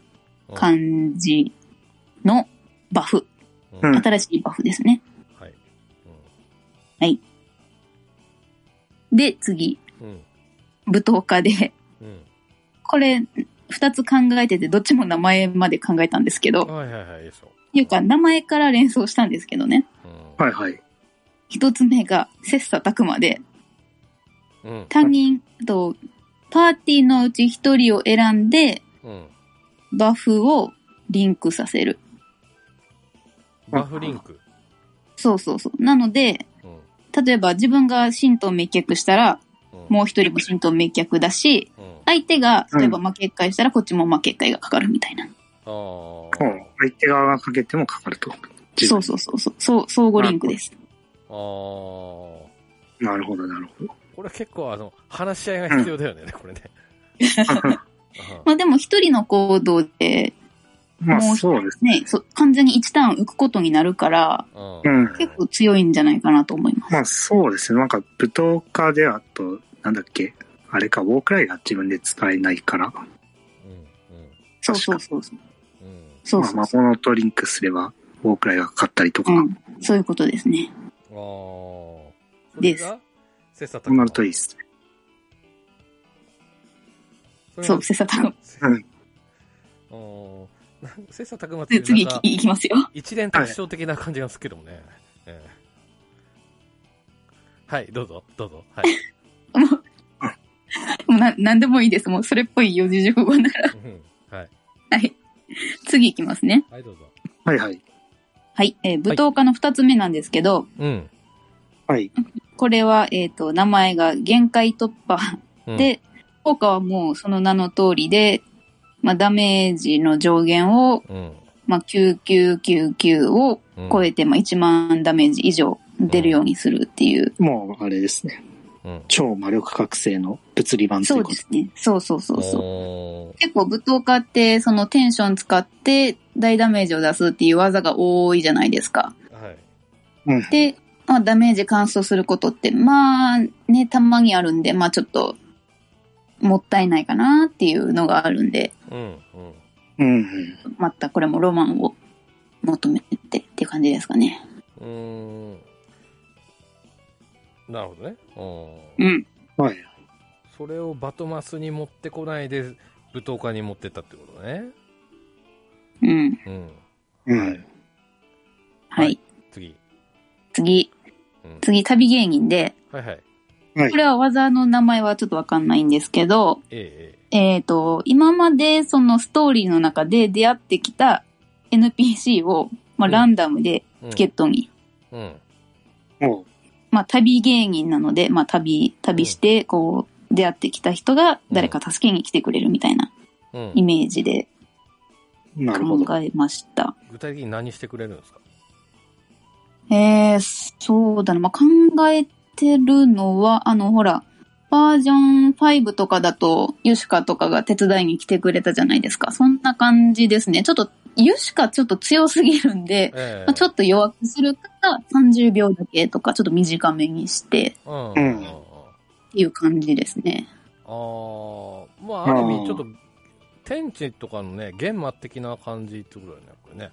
え。
感じのバフ。
うん
うん
新しいバフですね。
はい。
で、次、
うん。うん。
舞踏家で、
うん。
これ、二つ考えてて、どっちも名前まで考えたんですけど、っ
はいはいはい、いいでしょ。
ていうか、名前から連想したんですけどね。
うん、
はいはい。
一つ目が、切磋琢磨で、
うん。
他人と、パーティーのうち一人を選んで、
うん。
バフをリンクさせる。
バフリンク。
そうそうそう。なので、
うん。
例えば自分が神道滅却したら、
うん。
もう一人も神道滅却だし、
うん。あ
相手が、例えば負けっかいしたら、こっちも負けっかいがかかるみたいな。
あー。
うん相手側がかけてもかかると。
そうそうそうそう。そう、相互リンクです。
あー。
なるほど、なる ほど。
これ結構あの、話し合いが必要だよね、これね。
まあでも一人の行動で、
ま
もう
あ、
一人
そうですね。
ね、そう完全に1ターン浮くことになるから、
うん。
うん
結構強いんじゃないかなと思います。
まあ、そうですね。なんか、舞踏家であと、なんだっけ、あれか、ウォークライが自分で使えないから、
うん。
そうそうそうそう。
うん。うん。
そう
まあ、
そう
魔
そう。
物とリンクすれば、ウォークライがかかったりとか、
うん、そういうことですね。
あー。
です
それが。切磋
そう
琢
な
磨
る。といいですね。
そう、
切
セサタク。
磋
うん
うん。なん切磋琢磨ってい
で、
う
次
なんか
いきますよ。
一連特徴的な感じがするけどもね。ええはい、どうぞ、どうぞ。 はい。
もうな、なんでもいいです。もうそれっぽい四字熟語なら。
うんはい。
はい。 次いきますね。
はい、どうぞ。
はいはい。
はい。えー、舞踏家の二つ目なんですけど、
うん。
はい。
これは、えっ、と、名前が限界突破
うん、
で、効果はもうその名の通りで、まあ、ダメージの上限を
うん。
まあ、9999を
うん
超えて、まあ、1万ダメージ以上出るようにするっていう。
もう、あれですね。
うん。
超魔力覚醒の物理版とい
そうう
こ
で
と。
すね。そうそうそうそう。
そ
結構、舞踏家って、そのテンション使って大ダメージを出すっていう技が多いじゃないですか。
う。はい。
うん。
で、まあ、ダメージ乾燥することって、まあ、ね、たまにあるんで、まあ、ちょっと、もったいないかなっていうのがあるんで、
うん。うん。
うんうん。
またこれもロマンを求めてっていう感じですかね。
うーん。なるほどね。うん。
うん。
はい。
それをバトマスに持ってこないで、舞踏家に持ってったってことね。
うん。
うん。
う
は
ん
い。
はい。
次。
次
うん。
次、旅芸人で、
はいはい。
はい
これは技の名前はちょっとわかんないんですけど、
ええ
えっ、と、今までそのストーリーの中で出会ってきた NPC を、まあ、
うん
ランダムで
ええ。
チケットに、
うん。うん。
も
まあ、旅芸人なので、まあ、旅、旅して、こう、出会ってきた人が誰か助けに来てくれるみたいな
うん
イメージで
う、なるほど。
考えました。
具体的に何してくれるんですか
えー、そうだな。まあ、考えてるのは、あの、ほら、バージョン5とかだと、ユシカとかが手伝いに来てくれたじゃないですか。そんな感じですね。ちょっと、ユシカちょっと強すぎるんで、
ええ
まあ、ちょっと弱くするか、30秒だけとか、ちょっと短めにして、
うん。
う
うんん。
っていう感じですね。
あー、まあ、ある意
あ
味、
ー
ちょっと、天地とかのね、玄魔的な感じってことだよね、これね。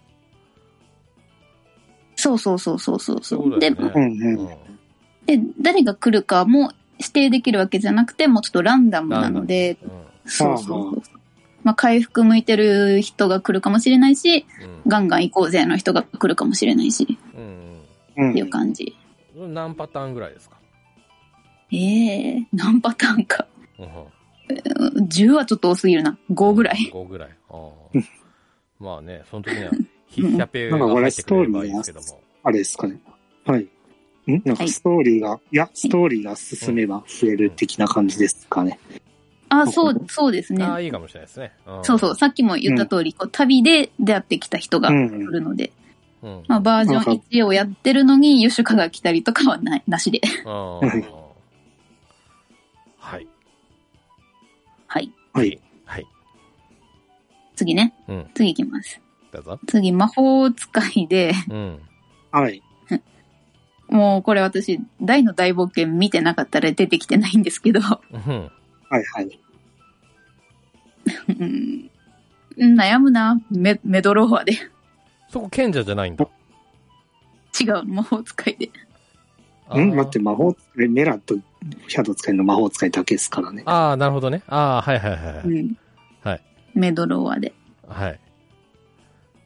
そうそうそうそうそう
そ
そ。
ううだ
で
よ、ね。
うんうん。
う
で、誰が来るかも指定できるわけじゃなくて、もうちょっとランダムなので、
ん。うん
そうそうそう。まあ、回復向いてる人が来るかもしれないし、
うん
ガンガン行こうぜの人が来るかもしれないし、っ
うん
う。
ていうん感じ。
うん。何パターンぐらいですか
ええ何パターンか。
うん
うん10はちょっと多すぎるな。5ぐらい。
?5 ぐらい。あ ーまあね、その時には、ヒッシャペが
なんか
入
俺
ってくれればいいですけど
スト
も。
あれですかね。はい。んなん
は
か
い
ストーリーが、いや、ストーリーが進めば増える的な感じですかね。
あ、そう、そうです
ああ、
ね。
いいかもしれないですね。ん
そうそう。。さっきも言った通り、こう旅で出会ってきた人が
う
来
ん。
るので、
うん。
まあ、バージョン1をやってるのに、ヨシュカが来たりとかはない、なしで。
あ
はい
ーはい。
はい。
はい。
はい。
次ね。
うん。
次行きます。
だぞ。
次、魔法使いで、
うん。
はい。
もうこれ私、大の大冒険見てなかったら出てきてないんですけど、
うん。
はいはい。
うん悩むな。メメドローアで。
そこ賢者じゃないんだ。
違う、魔法使いで。
あー
ん待って、。魔法、えメラとシャドウ使いの魔法使いだけですからね。
ああ、なるほどね。ああ、はいはいはいは
う
い。
ん。
はい。
メドローアで。
はい。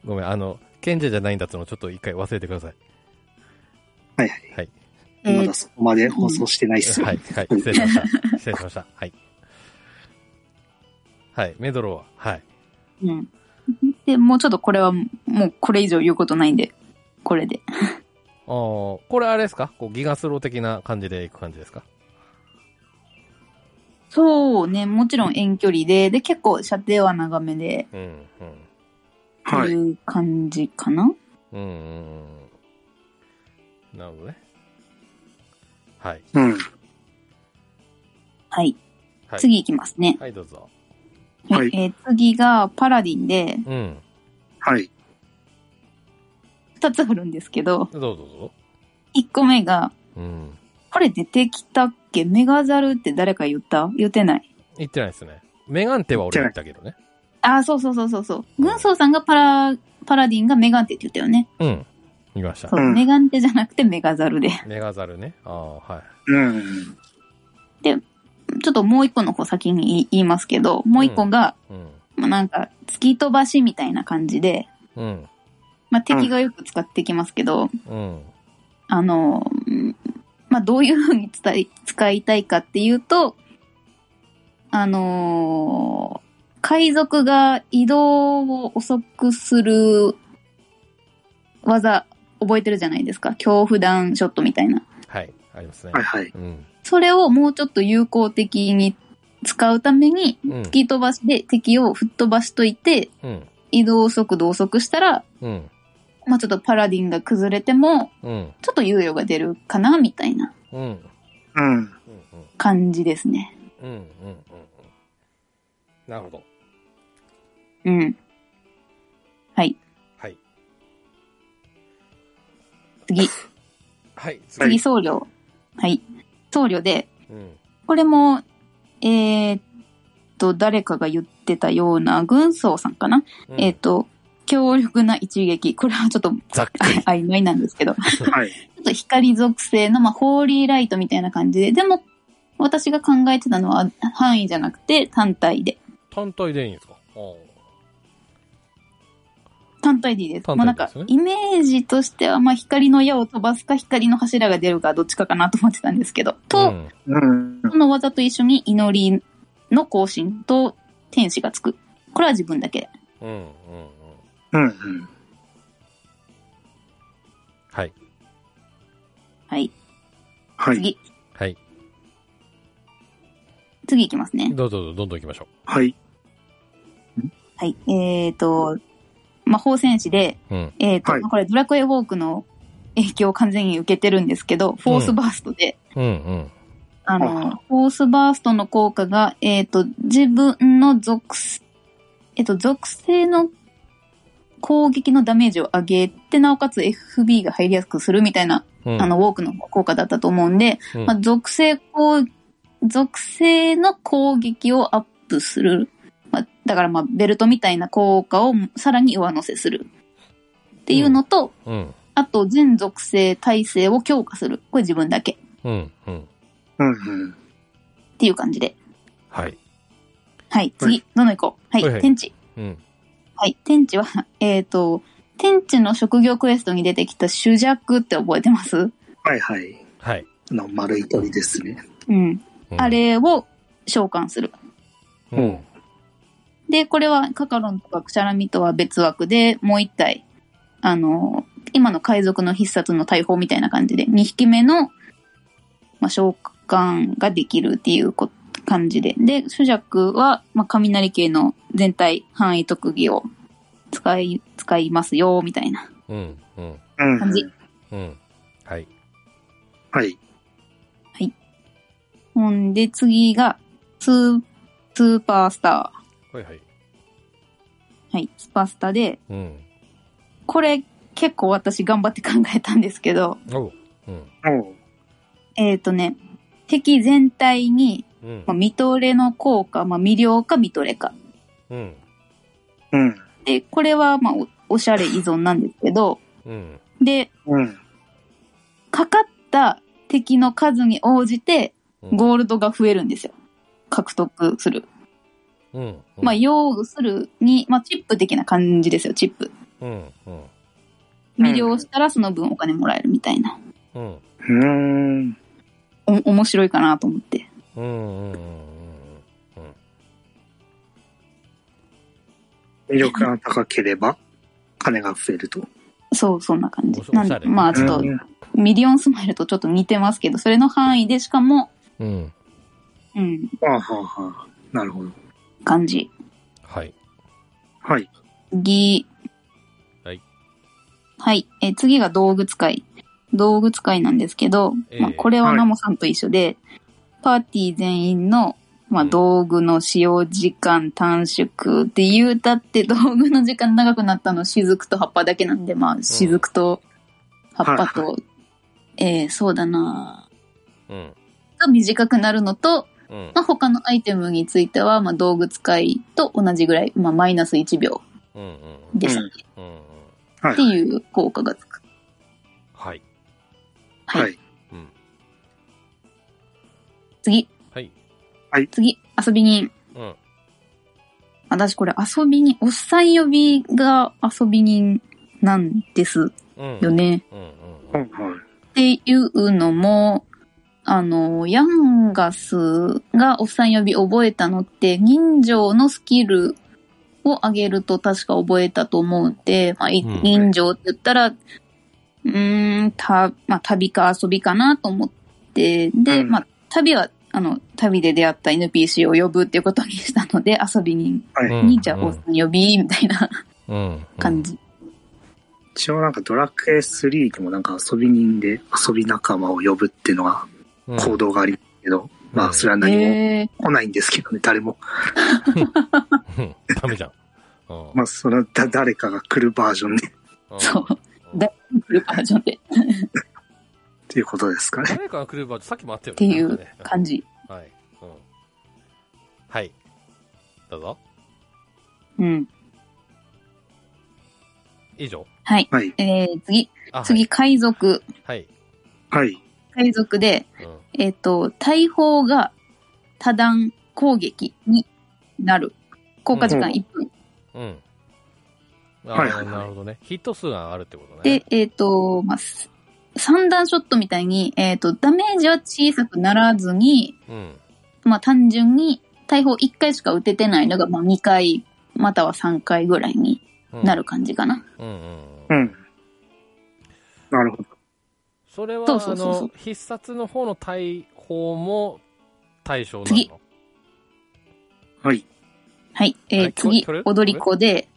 ごめん、あの、賢者じゃないんだってのをちょっと一回忘れてください。
はいはい。
はい。
え
ま
ー
だそこまで放送してないっすよ。
はい、はい。失礼しました。失礼しました。はい。はい、メドローは。はい。
うん。 で、もうちょっとこれは、もうこれ以上言うことないんで、これで。
ああ、これあれですかこう、ギガスロー的な感じでいく感じですか
そうね、もちろん遠距離で、で、結構射程は長めで、
うん、うん。
と
はいい。
う感じかな、
うんうんうん。なるほどね。はい。
うん。
はい、
はい。。
次いきますね。
はい、どうぞ。
はい
はいえー次がパラディンで、
うん。
はい。
二つあるんですけど、
どうぞどうぞ。
一個目が、
うん。
これ出てきたっけメガザルって誰か言った言ってない。
言ってないですね。メガンテは俺言ったけどね。
あー、そうそうそうそうそう。軍曹さんがパラ、パラディンがメガンテって言ったよね。
うん。言いました
そ。う、
うん
メガンテじゃなくてメガザルで。
メガザルね。ああ、はい。
うん。
ちょっともう一個の方先に言い言いますけど、もう一個が、
うん。
まあなんか、突き飛ばしみたいな感じで、
うん。
まあ敵がよく使ってきますけど、
うん。
あの、うんまあどういうふうに伝え使いたいかっていうと、あのー海賊が移動を遅くする技、覚えてるじゃないですか。恐怖弾ショットみたいな。
はい。ありますね
は。いはい。
うん。
それをもうちょっと有効的に使うために、
うん
突。き飛ばしで敵を吹っ飛ばしといて、
うん。
移動速度を遅くしたら、
うん。
まあちょっとパラディンが崩れても、
うん。
ちょっと猶予が出るかな、みたいな
うん。うん。
うん。
うん。
感じですね。
うん。うん。うん。なるほど。
うん。はい。
はい。
次。
はい。次。
次、僧侶。はい。僧侶で、
うん。
これも、えーっと、誰かが言ってたような、軍曹さんかな、
うん
えーっと、強力な一撃。これはちょっと
ざっく
曖昧なんですけど、ち
はい。
ょっと光属性の、まあ、ホーリーライトみたいな感じで、でも、私が考えてたのは範囲じゃなくて単体で。
単体でいいんですかああ。
単体でいいです。
単体
もうなんか
ですね、
イメージとしては、まあ、光の矢を飛ばすか、光の柱が出るか、どっちかかなと思ってたんですけど、
う
と、
ん、
うん。
その技と一緒に祈りの行進と天使がつく。これは自分だけで。
うん、うん、うん。
うん。うん
はい、
はい。
はい。
次。
はい。
次いきますね。
どうぞどうぞ、どんどん行きましょ
はい。
はい。えーと、魔法戦士で、
う。うん。
えーと、
はい
まあこれドラクエウォークの影響を完全に受けてるんですけど、フォースバーストで、
うん、うん。
あの
あ、
フォースバーストの効果が、えっ、と、自分の属す、えっ、と、属性の攻撃のダメージを上げて、なおかつ FB が入りやすくするみたいな、
うん、
あの、ウォークの効果だったと思うんで、
うん
まあ、属性攻、属性の攻撃をアップする。まあ、だからまあ、ベルトみたいな効果をさらに上乗せする。っていうのと、
うん、
あと、全属性耐性を強化する。これ自分だけ。っ
うん、うん。
うん。うん。
ていう感じで。
はい。
はい、次、どんどん行こう。はい、
はいはい
天地。
うん、
はい、天地は、 えっ、と、天地の職業クエストに出てきた主弱って覚えてます
はいはい。
はい。
あの丸い鳥ですね。
うん。
うん
あれを召喚する。
うん、
で、これはカカロンとかクシャラミとは別枠で、もう一体、あの、今の海賊の必殺の大砲みたいな感じで、2匹目の、まあ、召喚ができるっていうこ感じで。で、主弱は、まあ、雷系の全体範囲特技を使い、使いますよ、みたいな。
うん、うん、
うん。
感じ
うん。はい。
はい。
ほんで、次が、スー、スーパースタ
はい、はい。
ー。はい、スーパースターで、
うん。
これ結構私頑張って考えたんですけど、
おう。うん、
おう。
えっ、ー、とね、敵全体に、
うん
まあ、、見とれの効果、まあ、魅了か見とれか。
うん、
うん。
で、これは、まあ、おおしゃれ依存なんですけど、
うん、
で、
うん。
かかった敵の数に応じて、
うん
ゴールドが増えるんですよ。獲得する。
うん。
まあ、用具するに、まあ、チップ的な感じですよ、チップ。
うん、うん、
魅了したらその分お金もらえるみたいな。
うん、
うーん。
お、面白いかなと思って。
うん、うん、うん。
魅力が高ければ、金が増えると。
そう、そんな感じ
おし。
な
おしゃ
ん
れ
まあ、ちょっと
う、ん
ミリオンスマイルとちょっと似てますけど、それの範囲でしかも、
うん、
うん、
あはあはあ。なるほど。
感じ。
はい。
はい。
次。
はい。
はい。えー次が道具使い。道具使いなんですけど、
ええ
まあ、これは
はい
ナモさんと一緒で、パーティー全員の、まあ、
うん
道具の使用時間短縮って言うたって、 道具の時間長くなったの、雫と葉っぱだけなんで、まあ、雫と葉っぱ
は
と、えーそうだな
うん、
が短くなるのと、
うん、
まあ、他のアイテムについては、まあ、道具使いと同じぐらい、まあ、マイナス1秒
うん、うん、
でしたっけ、
うん、うん。
は
って
い。
いう効果がつく。
はい。
はい。
はい。
うん、
次、
はい。
次、遊び人。
うん、
私これ遊び人、おっさん呼びが遊び人なんです
うん。
よ。ね。
うん、う
うん
ん、
はい。
っていうのも、あの、ヤンガスがおっさん呼び覚えたのって、人情のスキルを上げると確か覚えたと思うんで、まあ、い
うん
人情って言ったら、うーん、た、まあ、旅か遊びかなと思って、で、
うん
まあ、旅は、あの、旅で出会った NPC を呼ぶっていうことにしたので、遊び人
う
に、じゃあおっさん呼び、みたいな
うん、
感。じ。
一応なんかドラクエ3でもなんか遊び人で遊び仲間を呼ぶっていうのが行動がありますけど、まあそれは何も
へえ
来ないんですけどね、誰も。
うん、ダメじゃん。うん
まあそれはだ誰かが来るバージョンでっ
そう。だ来るバージョンでって
いうことですかね。
誰かが来る場所、さっきもあったよね。
ていう
なんかね
感じ。
はい。うん。はい。どうぞ。
うん。
以上。
はい。
はい。
えー、次。
あ、
次、海賊。
はい。
はい。
海賊で、
はい。うん
えっ、と、大砲が多段攻撃になる。効果時間
うん
1分。
うん。あー
はいはいはい
なるほどね。ヒット数があるってことね
で。、えっ、と、まあ、す三段ショットみたいに、えっ、と、ダメージは小さくならずに、
うん。
まあ、単純に、大砲1回しか打ててないのが、まあ、2回、または3回ぐらいに
うん
なる。感じかな。
うんうん。
うん。なるほど。
それは、
そうそうそう
あ
そう
の、必殺の方の大砲も対象な
次
の
はい。
はい。えー
はい
次
これ、これ
踊り子で、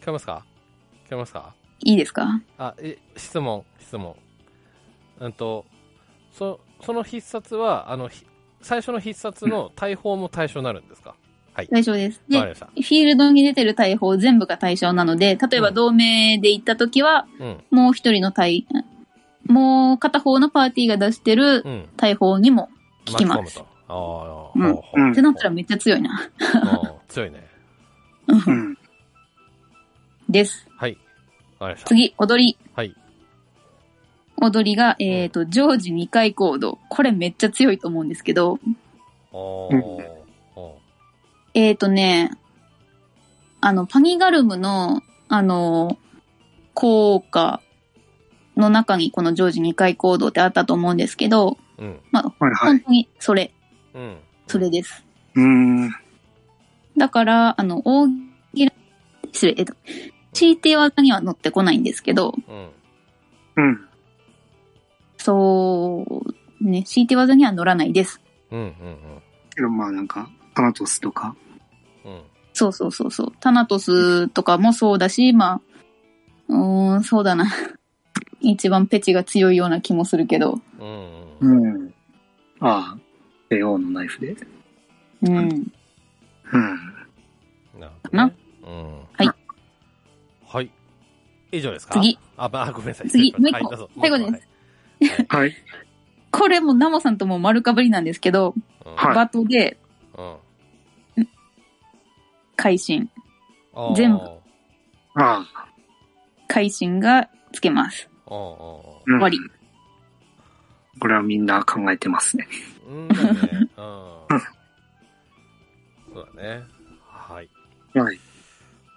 聞こえますか聞こえますか
いいですか
あ、え、質問、質問。うんと、そ、その必殺は、あの、ひ最初の必殺の大砲も対象になるんですか
大丈夫です。で、
わか
フ
りました。
ィールドに出てる大砲全部が対象なので、例えば
うん
同盟で行った時は、
うん。
もう一人の大、もう片方のパーティーが出してる
うん。
大砲にも効
巻き
き
込
ま
む
す。
と。ああ、
うん
ほほ
うん
ってなったらめっちゃ強いな。
うん強いね。
うん。
です。
はい。わかりました。
次、踊り。
はい。
踊りが、えっ、と、常時2回行動。これめっちゃ強いと思うんですけど、
お
うん
ー。お
えっ、とね、あの、パニガルムの、あの、効果の中にこの常時2回行動ってあったと思うんですけど、
ーうん。
はいはい
本。当にそれ、
うん。
それです。
うーん。
だから、あの、大喜利、失礼、えっと、CT 技には乗ってこないんですけど、
うん。
うん。
そう、ね、CT 技には乗らないです。
うん。うん。
けどまあなんか、タナトスとか。
うん。うん。
そうそうそうそう。タナトスとかもそうだし、まあ、うーん、そうだな。 一番ペチが強いような気もするけど。
うん。うん。
うん。ああ、帝王のナイフで。
うん。
うん。
なるほど
な
ね。うん。
はい。
はい。以上ですか
次。
あ、まあ、ごめんなさい。
次
失礼しました
もう一個
はいどうぞ
最後です
はい。
これもナモさんとも丸かぶりなんですけど、
は
はい
バトで
い。うんうん
会心。
あー
全部
ああ、
会心がつけます。
あーあ
うん
終わり。
これはみんな考えてますね。
ー。うん。だねうん。そうだね。はい。
はい。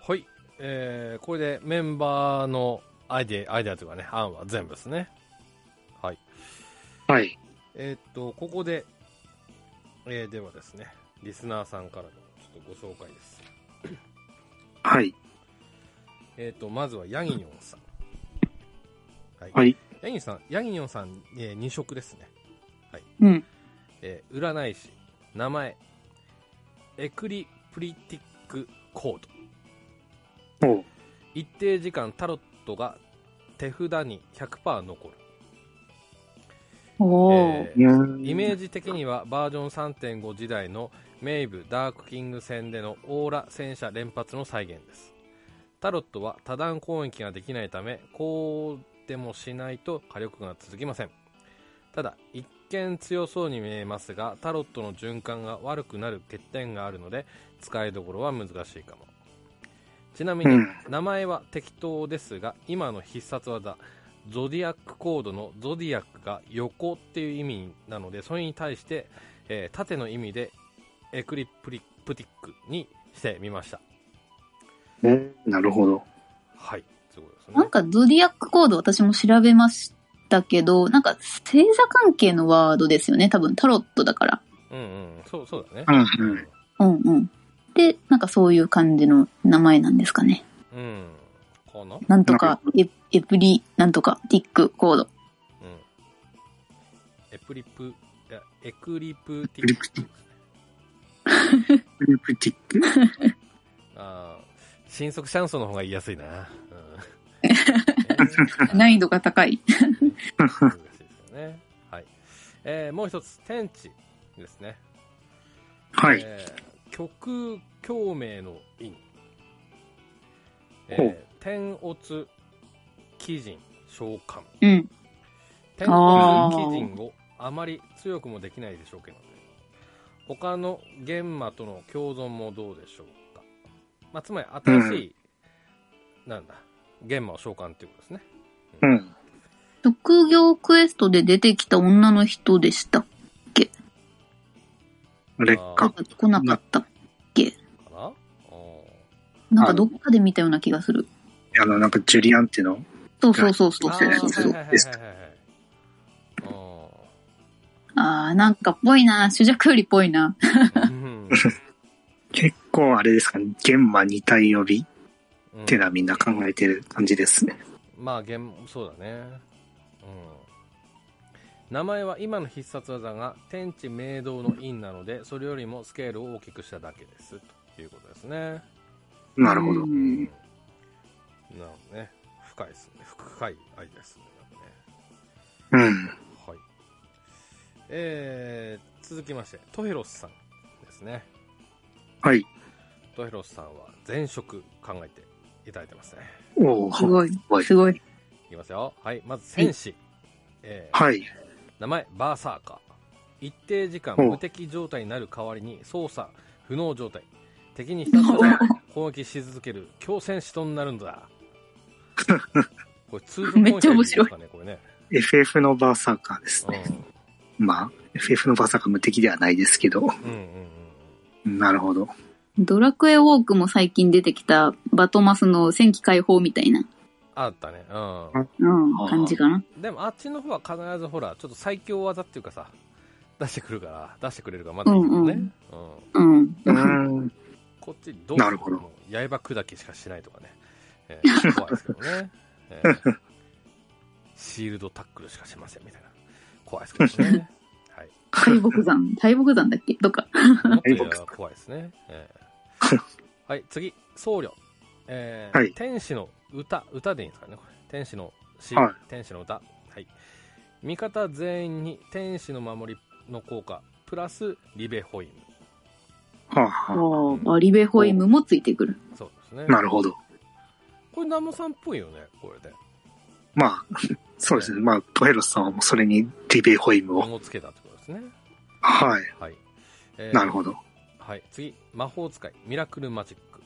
はい。えー、これでメンバーのアイデア、アイデアというかね、案は全部ですね。はい。
はい。
えーっと、ここで、えー、ではですね、リスナーさんからのちょっとご紹介です。
はい。
えー、とまずはヤギニョンさん、はい
はい
ヤギニョンさんヤギニョンさん、えー、二色ですね、
うん。
えー占い師名前エクリプリティックコード
おう。
一定時間タロットが手札に100%残る、
おー。
えーイ
イ
メージ的にはバージョン3.5時代のメイブダークキング戦でのオーラ戦車連発の再現ですタロットは多段攻撃ができないためこうでもしないと火力が続きませんただ一見強そうに見えますがタロットの循環が悪くなる欠点があるので使いどころは難しいかもちなみに、
うん
名前は適当ですが今の必殺技ゾディアックコードのゾディアックが横っていう意味なのでそれに対して、えー縦の意味でエクリプリプティックにしてみました
えーなるほど。
はいそういうことですね
なんか、ゾディアックコード私も調べましたけど、なんか、星座関係のワードですよね。多分、タロットだから。
うんうんそうそうだね
う
うん
うんん。
うんうん。で、なんかそういう感じの名前なんですかね。
うんかな
なんとか、エエプリ、なんとか、ティックコード。
うんエプリプいやエクリプテ
エク
ィ
リ
ッ
プ
ク
ティルプティック。
あー新速シャンソンの方が言いやすいな、うん
難易度が高い。
難しいですよね。はい。えーもう一つ、天地ですね。
はい。
えー極共鳴の因。え
ほ
ー
う、
天乙、鬼人、召喚。
うん。
天
あ
乙、
ー
鬼人をあまり強くもできないでしょうけどね。他の玄魔との共存もどうでしょうか。まあ、つまり、新しい、なんだ、玄魔を召喚っていうことですね。
うん。
職業クエストで出てきた女の人でした。
劣
なん
化。
か来なかった。
かなあー
なんかどっかで見たような気がする。
あの、なんかジュリアンテの、
そうそうそうそう
あ
そう
ー
そう
そ
そうう。
はいはいはいはいはい
です
ああ、なんかぽいな。主役よりぽいな。
あーうん
結構あれですかね、玄魔二体呼び
うん
っていうのはみんな考えてる感じですね。
まあ、げんそうだね。うん。名前は今の必殺技が天地明道の印なので、それよりもスケールを大きくしただけです。ということですね。
なるほど
う。
うん。
ん
なるほどね。深いですね。深い愛ですね。やっぱね
うん。
はい。えー、続きまして、トヘロスさんですね。
はい。
トヘロスさんは前職考えていただいてますね。
お
す
ー
ごい。すごい。
いきますよ。はい。まず戦士。えー
はい。
名前、バーサーカー。一定時間
お
無敵状態になる代わりに操作不能状態。敵にひたす ら攻撃し続ける強戦士となるんだ。これ通常攻撃
めっちゃ面白い
ですかね、これね。
FF のバーサーカーです
う
ね。
ん
まあ、FF のバーサーカー無敵ではないですけど。
うんうんうんうん。
なるほど。
ドラクエウォークも最近出てきたバトマスの戦機解放みたいな、
あったね。うん。
うん
あー
感じかな。
でもあっちの方は必ずほら、ちょっと最強技っていうかさ、出してくるから、出してくれるからまだいいけどね。うん
うん。
うーん。
こっちどう
なるほど
もう刃砕きしかしないとかね。え ー怖いですけどね、えーシールドタックルしかしませんみたいな。怖いですけどね。 はい。
大木山。大木山だっけとか。
もっと言えば怖いですね。え ーはい、次、僧侶。えー
はい
天使の歌、歌でいいんですかね、これ。天使の詩、
はい
天使の歌。はい。味方全員に天使の守りの効果、プラスリベホイム。
はあ、
あ
は
ーあ、リベホイムもついてくる。
そうですね
あ、。なるほど。
これ、ナモさんっぽいよね、これで。
まあ、 そうですね。まあ、トヘロスさんはもうそれにリベホイムを。
をつけたってことですね。
はい。
はい。えー
なるほど。
はい、次、魔法使い、ミラクルマジック。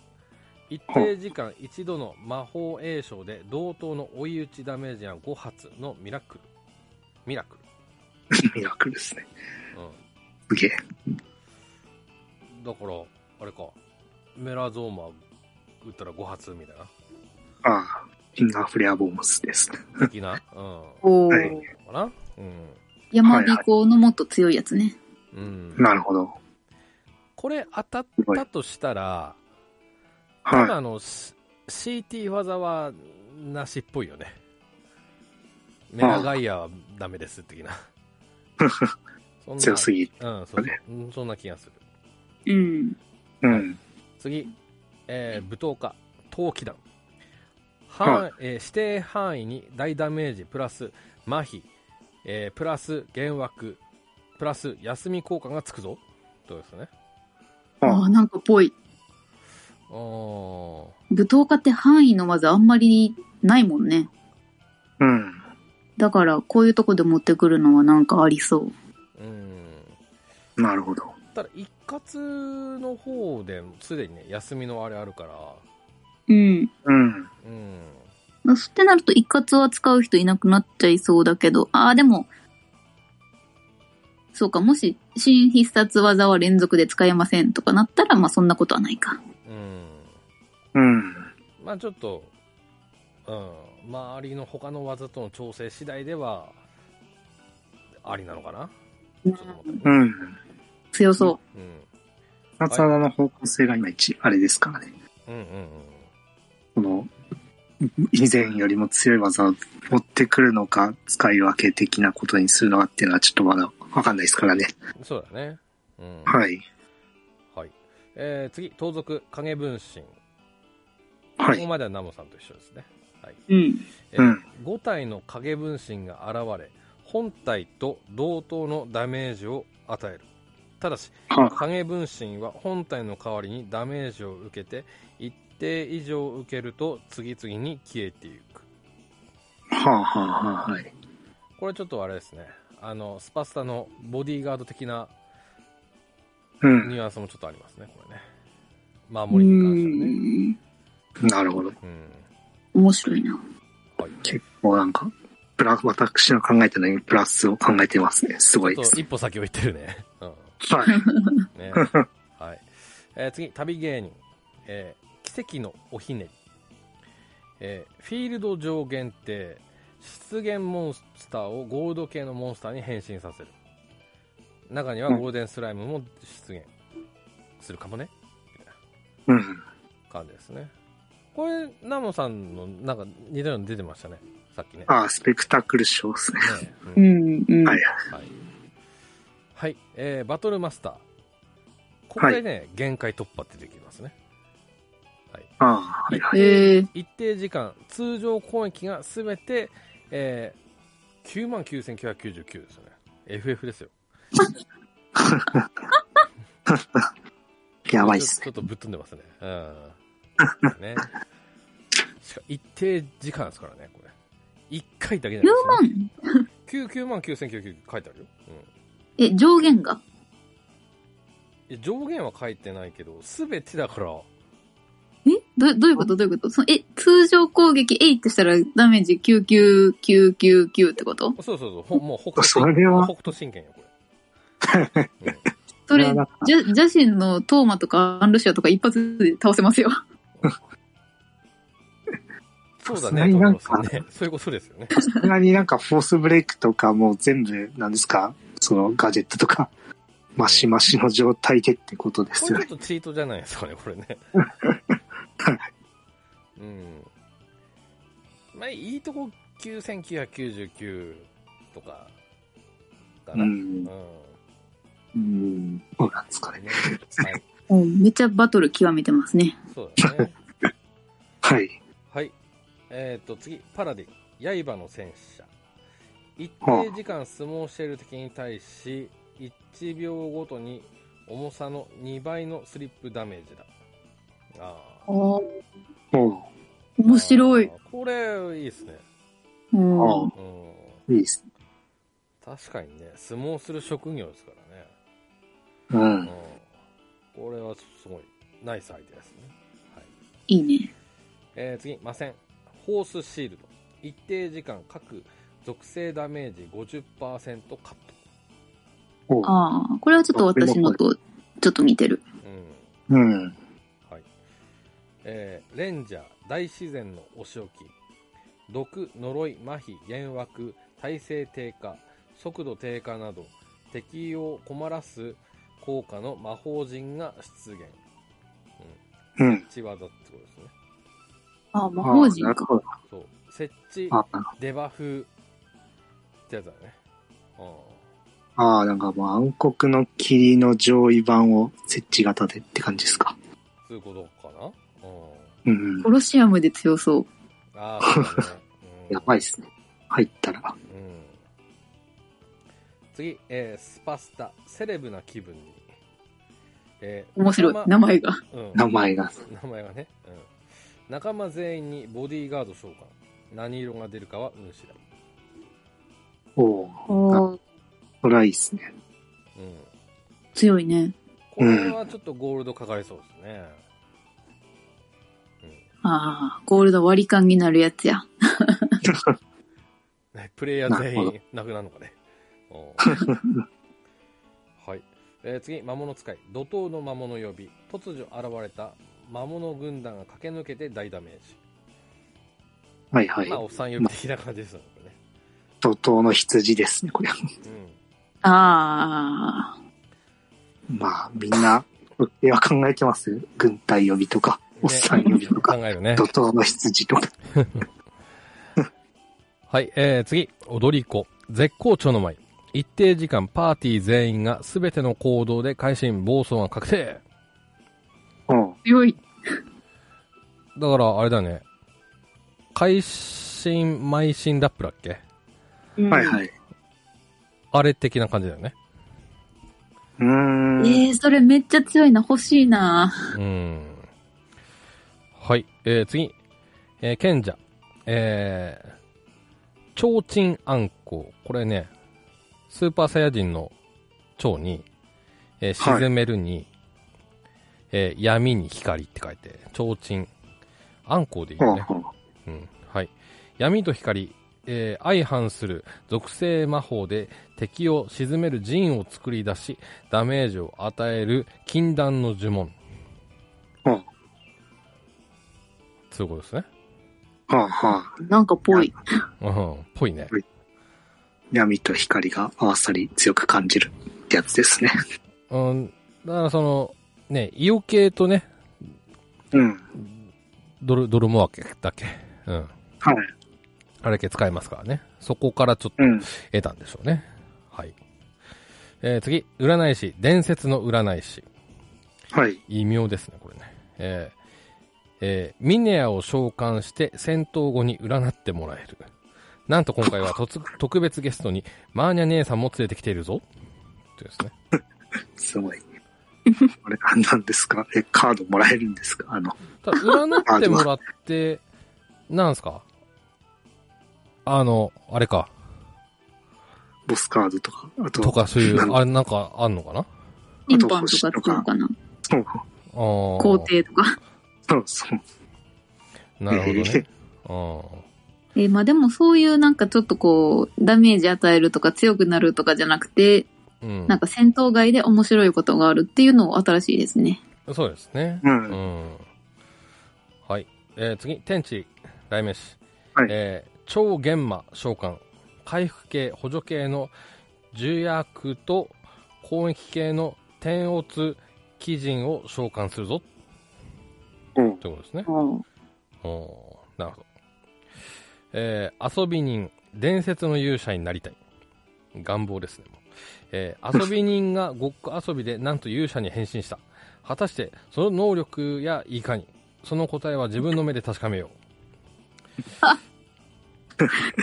一定時間一度の魔法栄翔で同等の追い打ちダメージが5発のミラクル。ミラク
ミラクルですね。
ル。う
すげえ。
ん。だから、あれか、メラゾーマ打ったら5発みたいな。
ああ、フィンガーフレアボームスです。
的な。うん。
おお、
はい
かなうん。
山尾校のもっと強いやつね。
うん。
なるほど。
これ当たったとしたら、ただ
は
あの、C- CT 技はなしっぽいよね。メラガイアはダメです的 な。そん
い。
な
強すぎ。
うん、そうそううんそんな気がする。
うん。
うん。
次、えー、武闘家、闘気弾。範えー指定範囲に大ダメージプラス麻痺、えープラス幻惑、プラス休み効果がつくぞ。どうですかね。
ああ、なんかぽい。
おー
武闘家って範囲の技あんまりないもんね。
うん。
だから、こういうとこで持ってくるのはなんかありそう。
うん。
なるほど。
ただ一括の方ですでにね休みのあれあるから
うん。
うん。
うん
そってなると一括は使う人いなくなっちゃいそうだけど、ああ、でも、そうか、もし新必殺技は連続で使えませんとかなったら、まあそんなことはないか。
うん
うん。
まあちょっと、うん、周りの他の技との調整次第ではありなのかなちょっと思った
う
ね
ん。
強そ。
うん
夏技の方向性がいまいち、あれですからね。
うんうんうん
この、以前よりも強い技を持ってくるのか、使い分け的なことにするのかっていうのはちょっとまだわかんないですからね。
そうだねうん
はい。
はいえー、次盗賊影分身
は
ここ
い。
まではナモさんと一緒ですねはいう
うん。
えー
うん
5体の影分身が現れ本体と同等のダメージを与えるただし
は
影分身は本体の代わりにダメージを受けて一定以上受けると次々に消えていく
あ、はあ、はあ、はあ、はい。
これちょっとあれですねあのスパスタのボディーガード的な
うん。
ニュアンスもちょっとありますねこれね守りに関してはね
なるほど。
うん
面白いな。
結構なんか、プラス、私の考えてないプラスを考えてますね。すごい
ちょ
で
っ
す
と。一歩先を行ってるね、うん、
はい。
ねはい。えー次、旅芸人。えー奇跡のおひねり。えーフィールド上限定出現モンスターをゴールド系のモンスターに変身させる中にはゴールデンスライムも出現するかもね
うん。
感じですねこれナモさんのなんか似たようなの出てましたねさっきね
ああ、スペクタクルショーですね。
ねうん
うん、うん。
は
は
い
い、はいえーバトルマスターここでね、限界突破ってできますね
ああ、はいはい。
へえ。
一定時間通常攻撃が全て、えー、99,999ですよね FF ですよ
やばいっす
ちょっとちょっとぶっ飛んでますね うんねしかも一定時間ですからねこれ1回だけじゃない
9万
です、ね、9万99,999書いてあるよ、うん
え、上限が。
いや上限は書いてないけど全てだから
えど、どういうことどういうことそのえ、通常攻撃えいってしたらダメージ99999ってこと
そうそうそうほもう北斗
それは
北斗神拳よこれ、
それ
いやなんか、
ジャ、ジャシンのトーマとかアンルシアとか一発で倒せますよ。
うんそうだ
さすが
ね
に
ト
な
ム
ん
ロ
か
さんねそういうことですよね
さすがになんかフォースブレイクとかもう全部、なんですかそのガジェットとか、マシマシの状態でってことで
こ
すよ
れ
ね。
ちょっとチートじゃないですかねこれねうんまあいいとこ9999とかか
う
なうん、
ん。うん。そうなんですかね。
ねはい、
めっちゃバトル極めてますね。
そうだね
はい。
はい。えっ、と、次、パラディン。刃の戦車。一
はあ
定時間相撲している敵に対し、1秒ごとに重さの2倍のスリップダメージだ。ああ。
あ
も
面白い
あ。ー。これ、いいですね。
うん
う、あ
うん。
あ、いいです。
確かにね、相撲する職業ですからね。
う
うん
ん。。
これはすごい、ナイスアイデアですね。はい。
いいね。
えー次、魔戦。ホースシールド。一定時間各属性ダメージ50%カット。
おう。
ああ、これはちょっと私のとちょっと似てる。
うん。
うん。
はい。えーレンジャー、大自然のお仕置き。毒、呪い、麻痺、幻惑、耐性低下、速度低下など、敵を困らす効果の魔法陣が出現。
うん。
血技ってことですね。
ああ、魔法陣
ああなる
か。
ほど。
そう。設置、
ああ
デバフ、ってやつだね。うん。
ああ、なんかまあ、暗黒の霧の上位版を設置型でって感じですか。
そういうことかなうん。
うん
コ。ロシアムで強そう。
ああ、そうだね。うん、
やばいっ
す。
すね。入ったら。
うん。次、えースパスタ、セレブな気分に。えー
面白い
仲。間
名前が。
うん
名前が。
名前がね。うん。仲間全員にボディーガード召喚。何色が出るかは運次第。
おお。それはいいっすね。
うん。
強いね。
これはちょっとゴールドかかりそうですね。
ああ、ゴールド割り勘になるやつや。
ねプレイヤー全
なるほ
員なくなるのかね。うん はい。えー次、魔物使い。怒涛の魔物呼び。突如現れた魔物軍団が駆け抜けて大ダメージ。
はいはい
ま。あ、おっさん呼び的な感じですよね。こ
怒涛の羊ですね、これ。
れね
ああ、
まあ、みんな、いや、考えてます軍隊呼びとか、おっさん呼びと
うん。考
か、
えるね
怒。涛の羊とか。
はい。えー次、踊り子。絶好調の舞。一定時間、パーティー全員が全ての行動で会心暴走が確定。
うん。
強い。
だから、あれだね。会心、邁進ラップだっけ
はいはい。
あれ的な感じだよね。
うーん。
ええそれめっちゃ強いな。欲しいな。
うん。はい。えー次。えー賢者。えー、超鎮暗光。これね、スーパーサイヤ人の蝶に、えー
はい
沈めるに、えー闇に光って書いて、超鎮暗光でいい
ほ
よ
う
ね。
ほ
う
う
ん。はい。闇と光、えー相反する属性魔法で敵を沈める陣を作り出し、ダメージを与える禁断の呪文。
ほう
そういうことですね。
はあはあ。
なんかぽい。
うん、ぽいね。
闇と光が合わさり強く感じるってやつですね。
うん、だからその、ね、イオ系とね、
うん。
ドル、ドルモア系だっけうん。
はい。
あれ系使いますからね。そこからちょっと
うん。
得たんでしょうね。はい。えー次、占い師、伝説の占い師。
はい。
異名ですね、これね。えーえーミネアを召喚して戦闘後に占ってもらえる。なんと今回はとつ 特別ゲストにマーニャ姉さんも連れてきているぞ。というですね。
す ごい。あれ、あなんですかえ、カードもらえるんですかあの、
ただ、占ってもらって、なんすかあの、あれか。
ボスカードとか、あと、
とかそうい
なん
う、あれなんかあんのかな
リンパンとか使うかな。
そう、
あー
皇帝とか。
そう、そう。
なるほど ね。うん
えーまあでもそういうなんかちょっとこう、ダメージ与えるとか強くなるとかじゃなくて、
うん
なんか戦闘外で面白いことがあるっていうのを新しいですね。
そうですね。
うん
んはい。えー次、天地、雷鳴師。
はい
えー超玄魔召喚。回復系、補助系の重役と攻撃系の天乙鬼人を召喚するぞ。
うん
ということですね。
お
おーなるほど。えー遊び人、伝説の勇者になりたい。願望ですね。もうえー遊び人がごっこ遊びでなんと勇者に変身した。果たして、その能力やいかに、その答えは自分の目で確かめよ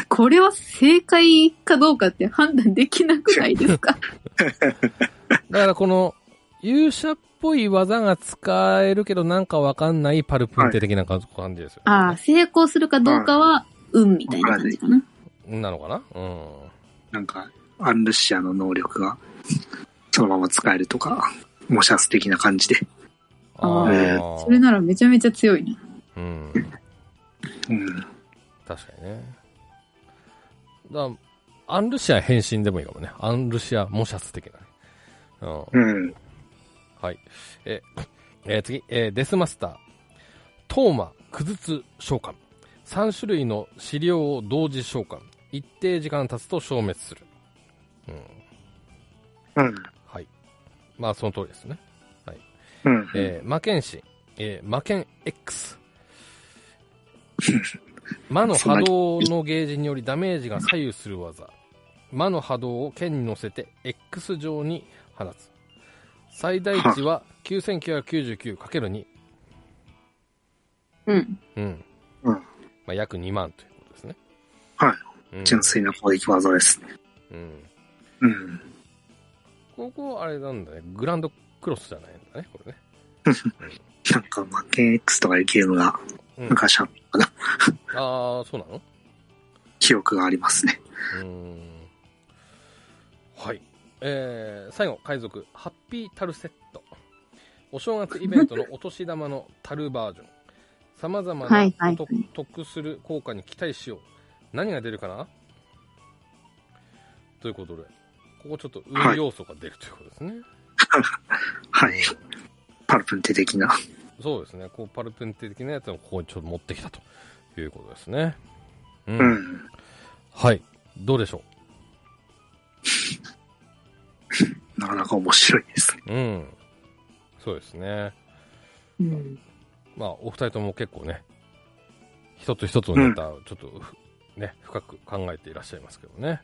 これは正解かどうかって判断できなくないですか
う。だからこの、勇者っぽい技が使えるけどなんかわかんないパルプンテ的な感じですよ、ね
ああ、成功するかどうかは、運みたいな感じかな。
なのかなうん。
なんか、アンルシアの能力が、そのまま使えるとか、模写ス的な感じで。
あ
ー
ー
それならめちゃめちゃ強いな。
うん。
うん。
確かにね。だアンルシア変身でもいいかもね。アンルシア模写ス的なね。うん。
うん。
はい。え、えー次、えーデスマスター。トーマ、クズツ、召喚。3種類の資料を同時召喚。一定時間経つと消滅する。うん。
うん。
はい。まあ、その通りですね。はい。
うん。
えー魔剣士、えー魔剣 X。魔の波動のゲージによりダメージが左右する技。魔の波動を剣に乗せて X 上に放つ。最大値は 9999×2。
うん。
うん。
うん
まあ、約2万ということですね。
はい
うん。
純粋な攻撃技ですね。
うん。
うん。
ここ、あれなんだね。グランドクロスじゃないんだね、これね。
なんか、マケン X とかいうゲームが
うん、あ
昔あったかな、
あー、そうなの
記憶がありますね。
うーんはい。えー、最後、海賊、ハッピータルセット。お正月イベントのお年玉のタルバージョン。様々
は
ない
はい
と得する効果に期待しよう。何が出るかなということで、ここちょっと運要素が出るということですね。
はい。パルプンテ的な。
そうですね。こう、パルプンテ的なやつをここにちょっと持ってきたということですね。うん。
うん。
はい。どうでしょ
なかなか面白いですね。
ううん。そうですね。
うん。
まあ、お二人とも結構ね、一つ一つのネタをちょっとふ、ね、深く考えていらっしゃいますけどね。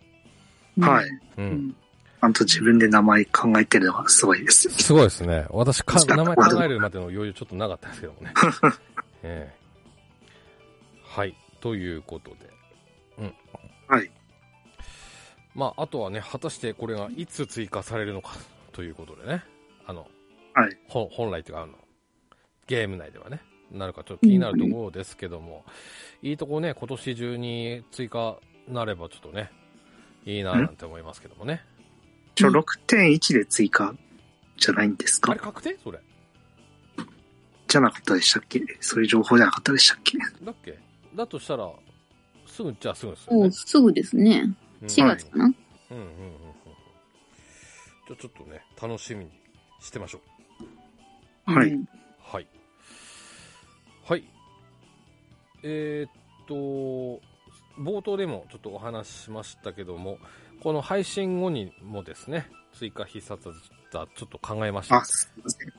はい。。
うん。
ん
ちゃんと自分で名前考えてるのがすごいですよ。
すごいですね。私か、
確か
名
に
前考えるまでの余裕ちょっとなかったですけども ね。ええはい。ということで。うん。
はい。
まあ、あとはね、果たしてこれがいつ追加されるのかということでね。あの、
はい
ほ本来というか、あの、ゲーム内ではね、なるかちょっと気になるところですけども、いいとこね、今年中に追加なればちょっとね、いいなぁなんて思いますけどもね。
ちょ、6.1で追加じゃないんです
あ
か
れ確定それ。
じゃなかったでしたっけそういう情報じゃなかったでしたっけ
だっけだとしたら、すぐっちゃすぐですよ
お
ね
う。すぐですね。
うん
4月かな、
うんうんうんうんうん。じゃあちょっとね、楽しみにしてましょう。
はい
うん
はい。はい。えーっと、冒頭でもちょっとお話ししましたけども、この配信後にもですね、追加必殺技ちょっと考えました
あ、。すいません。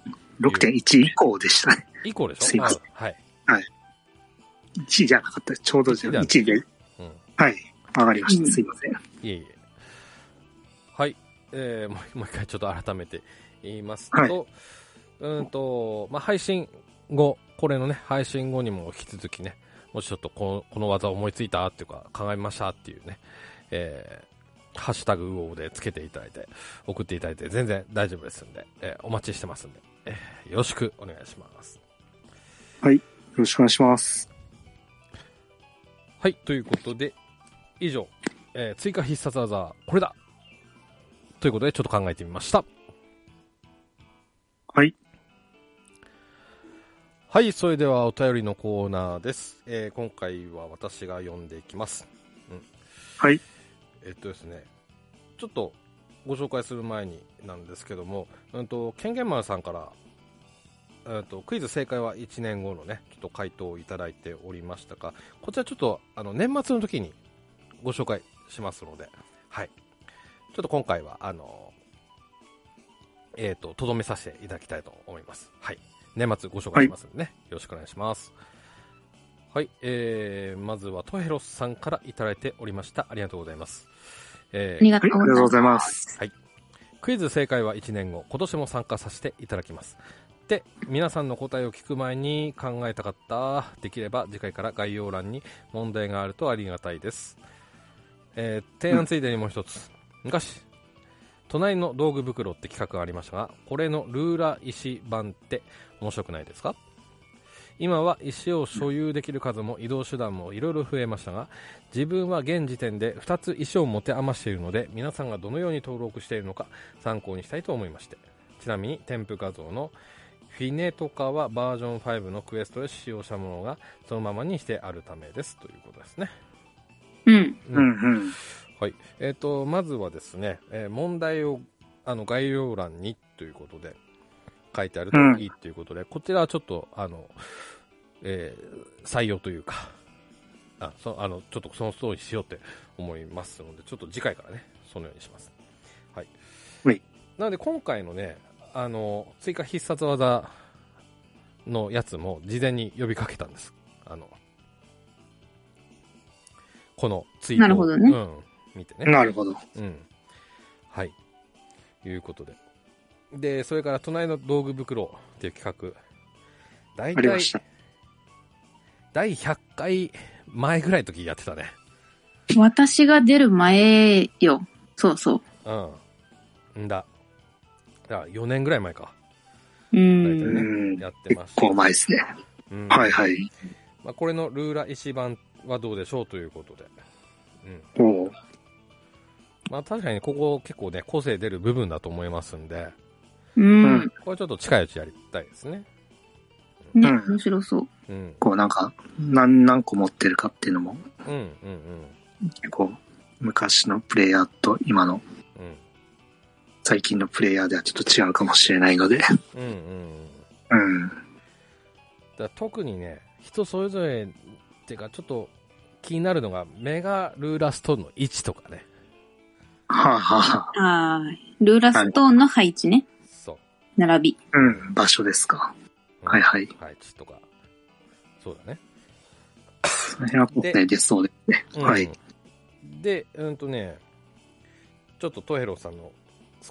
6.1以降でしたね。
以降でしょ
すいません
あはい。
1じゃなかった。ちょうどじゃ
1
1で。
うん。
はい。わかりまし
う
た。
ん
すいません。
いえいえ。はい。えーもうもう 一回ちょっと改めて言いますと、
はいう
ーんと、まあ、配信後、これのね、配信後にも引き続きね、もしちょっとこのこの技思いついたっていうか、考えましたっていうね、えーハッシュタグうおうでつけていただいて、送っていただいて全然大丈夫ですんで、えーお待ちしてますんで、えーよろしくお願いします。
よろしくお願いします。
はい、ということで、以上、えー追加必殺技、これだということで、ちょっと考えてみました。
はい。
はい、それではお便りのコーナーです。えー今回は私が読んでいきます。うん、
はい。
えっとですね、ちょっとご紹介する前になんですけども、うんと、ケンゲンマンさんから、うんと、クイズ正解は1年後のね、ちょっと回答をいただいておりましたが、こちらちょっと、あの、年末の時にご紹介しますので、はい。ちょっと今回は、あの、えっ、と、とどめさせていただきたいと思います。はい。年末ご紹介しますんでね、よろしくお願いします。はい、えー、まずはトヘロスさんからいただいておりました。ありがとうございます。え
あ
ー
りが
は
と
い、ありがとう
う
ご
ご
ざ
ざ
い
い
ま。
ます
クイズ正解は1年後、今年も参加させていただきます。で、皆さんの答えを聞く前に考えたかった。できれば次回から概要欄に問題があるとありがたいです。えー提案ついでにもう一つ。昔、隣の道具袋って企画がありましたが、これのルーラー石版って面白くないですか今は石を所有できる数も移動手段もいろいろ増えましたが、自分は現時点で2つ石を持て余しているので、皆さんがどのように登録しているのか参考にしたいと思いまして。ちなみに添付画像のフィネとかはバージョン5のクエストで使用したものがそのままにしてあるためですということですね。
うん。
う
うんうん。
はい。えっ、と、まずはですね、えー問題を、あの、概要欄にということで、書いてあると
うん
いいということで、こちらはちょっと、あの、えー採用というか、あ、そあの、ちょっとその通りにしようって思いますので、ちょっと次回からね、そのようにします。はい。
はい
なので、今回のね、あの、追加必殺技のやつも、事前に呼びかけたんです。あの、このツイートを
なるほどね
うん、見てね。
なるほど。
うん。はい。いうことで。で、それから、隣の道具袋っていう企画。大
ありま
体
し、た。
第100回前ぐらいの時やってたね。
私が出る前よ。そうそ
うん。んだ。だから4年ぐらい前か。大
う。う
体
う
ね
ん。
ん。
やって
結
ました。
構前ですね。
うん
はいはい。
まあ、これのルーラ石版はどうでしょうということで。うん。
おう
まあ、確かにここ結構ね、個性出る部分だと思いますんで、
うん。
これちょっと近いうちやりたいですね。
ね、
うん
面白そう。
うん。
こうなんか、何、何個持ってるかっていうのも、
うん、うん、うん。
結構、昔のプレイヤーと今の
うん。
最近のプレイヤーではちょっと違うかもしれないので。
うん、うん、うん。
うん。
だから特にね人それぞれっていうかちょっと気になるのがメガルーラストーンの位置とかね
はあ、はあはあ、
あールーラストーンの配置ね。
そう
並び。
うん。場所ですか。
うん
はいはい。
配置とかそうだね、
その辺は答え出そうですね。
うん
はい。
でうんとねちょっとトヘロさんの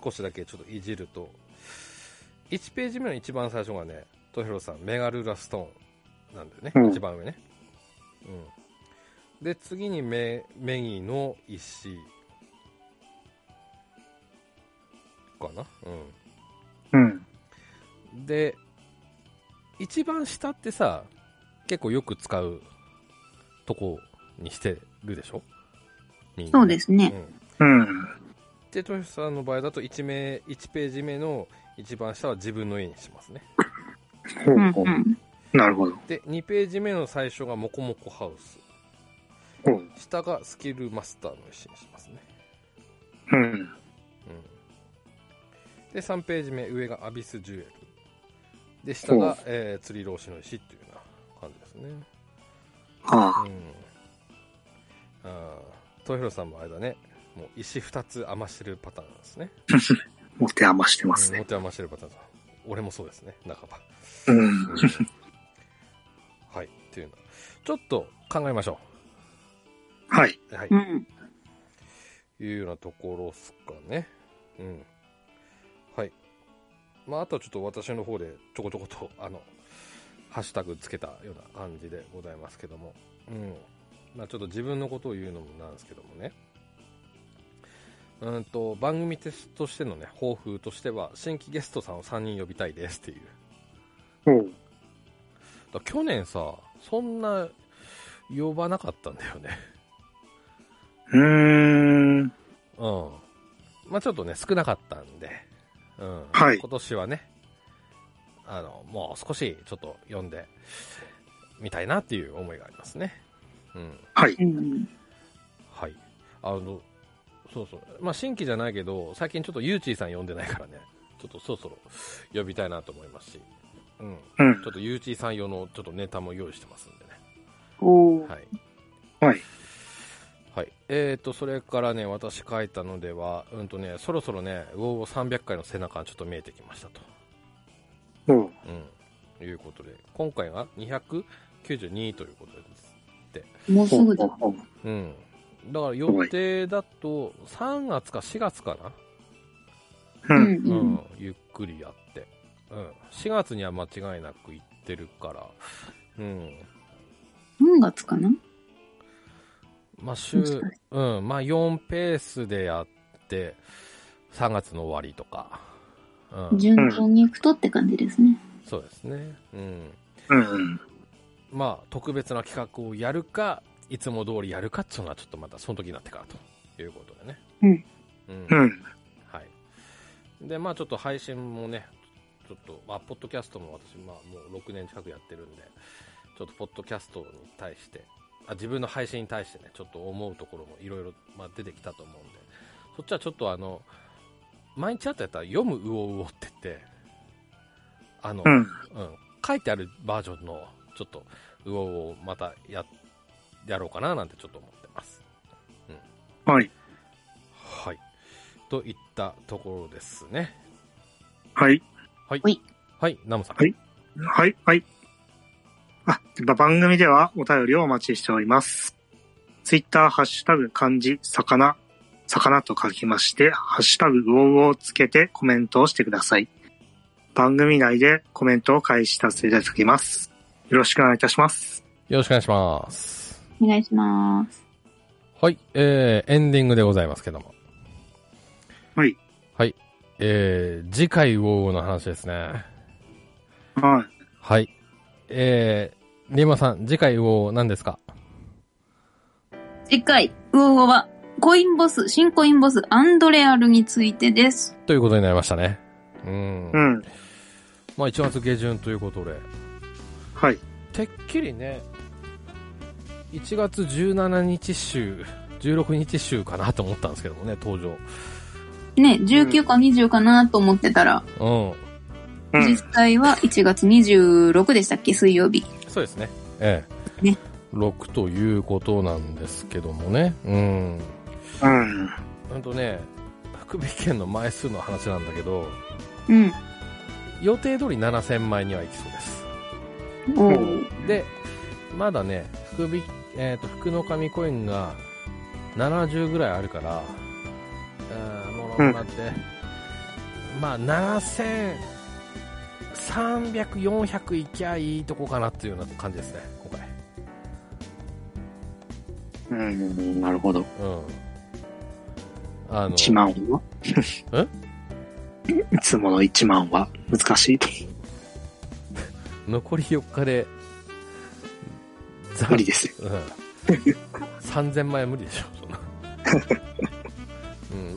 少しだけちょっといじると1ページ目の一番最初がねトヘロさんメガルーラストーンなんだよね、
うん
一番上ねうんで次にメメギの石かなうん
うん。
で一番下ってさ結構よく使うとこにしてるでしょ
そうですね。
うん、
うん。
でトシさんの場合だと 1, 名1ページ目の一番下は自分の家にしますね
ほ
うん
うほ
う
う。
ん。
なるほど。
で2ページ目の最初がモコモコハウス
ほう。
下がスキルマスターの石にしますね、
うん。
うん、で3ページ目上がアビスジュエルで下
ほ
が
う、
えー釣り浪士の石っていうような感じですね
ああ。
うん豊弘さんもあれだね、もう石2つ余してるパターンなんですね。
持て余してます
うん持
ね。
て余してるパターンだ。俺もそうですね、半ば。
うん。
はい、っていうの。ちょっと考えましょ
はい。
う。はい。
うん。
いうようなところっすかね。うん。はい。まあ、あとはちょっと私の方でちょこちょこと、あの、ハッシュタグつけたような感じでございますけども。うん。まあ、ちょっと自分のことを言うのもなんですけどもね。うんと、番組としてのね、抱負としては、新規ゲストさんを3人呼びたいですっていう。
お
だ
う。
から去年さ、そんな呼ばなかったんだよね。
うーん。
うん。まあちょっとね、少なかったんで、うん。
はい
今年はね、あの、もう少しちょっと読んでみたいなっていう思いがありますね。うん。
はい。
うん。
はい。あの、そうそう。まあ新規じゃないけど、最近ちょっとゆうちーさん読んでないからね、ちょっとそろそろ呼びたいなと思いますし、うん。
うん
ちょ。っとゆうちーさん用のちょっとネタも用意してますんでね。
おー。
はい。
はい。
はい。えーと、それからね、私書いたのでは、うんとね、そろそろね、ウォーウォー300回の背中がちょっと見えてきましたと。
おう。
うん。いうことで、今回が292ということです。
もうすぐだ。
おう
うん。だから予定だと、3月か4月かな、
う。
うん
うん、
ん。
ゆっくりやって。うん。4月には間違いなく行ってるから、うん。
うん。何月かな
まあ、週、
もしかし
うん、まあ、4ペースでやって、3月の終わりとか。うん、
順調に行くとって感じですね。
そうですね。うん。
うん。
まあ、特別な企画をやるか、いつも通りやるかっていうのは、ちょっとまたその時になってからということでね。
うん。
うん。
うん。
はい。で、まあ、ちょっと配信もね、ちょっと、まあ、ポッドキャストも私、まあ、もう6年近くやってるんで、ちょっと、ポッドキャストに対して、あ自分の配信に対してね、ちょっと思うところもいろいろ、まあ、出てきたと思うんで、そっちはちょっとあの、毎日あったやったら、読むうおうおって言って、あの、
うん。
うん、書いてあるバージョンの、ちょっと、うおうおをまたや、やろうかななんてちょっと思ってます。
はい。
はい。といったところですね。
はい。
はい。
はい。
はい、ナムさん。
はいはい。はい。あ、ば番組ではお便りをお待ちしております。ツイッター、ハッシュタグ、漢字、魚、魚と書きまして、ハッシュタグ、ウォウをつけてコメントをしてください。番組内でコメントを開始させていただきます。よろしくお願いいたします。
よろしくお願いします。
お願いします。
はい、えー、エンディングでございますけども。
はい。
はい。えー、次回ウォーウォーの話ですね。
はい。
はい。えー、リーマさん、次回ウォーウォー何ですか
次回、ウオウオは、コインボス、新コインボス、アンドレアルについてです。
ということになりましたね。うん。
うん。
まあ、1月下旬ということで。
はい。
てっきりね、1月17日週、16日週かなと思ったんですけどもね、登場。
ね、19か20かなと思ってたら、
うん。
う
実
ん。
際は1月26でしたっけ、水曜日。
そうですね。ええ。
ね
6ということなんですけどもね。うん。
うん。
ほんとね、福部県の枚数の話なんだけど、
うん。
予定通り7000枚にはいきそうです。
お
う
ー
で、まだね、福部、えっ、と、福の神コインが70ぐらいあるから、あーも
う
うん待って、まあ7000、300、400いきゃいいとこかなっていうような感じですね、今回。
うん、なるほど。
うん。あの、
1万は いつもの1万は難 しいと。
残り4日で、ざ
無理です
う
よ。
ん。3000万円無理でしょ、そんな。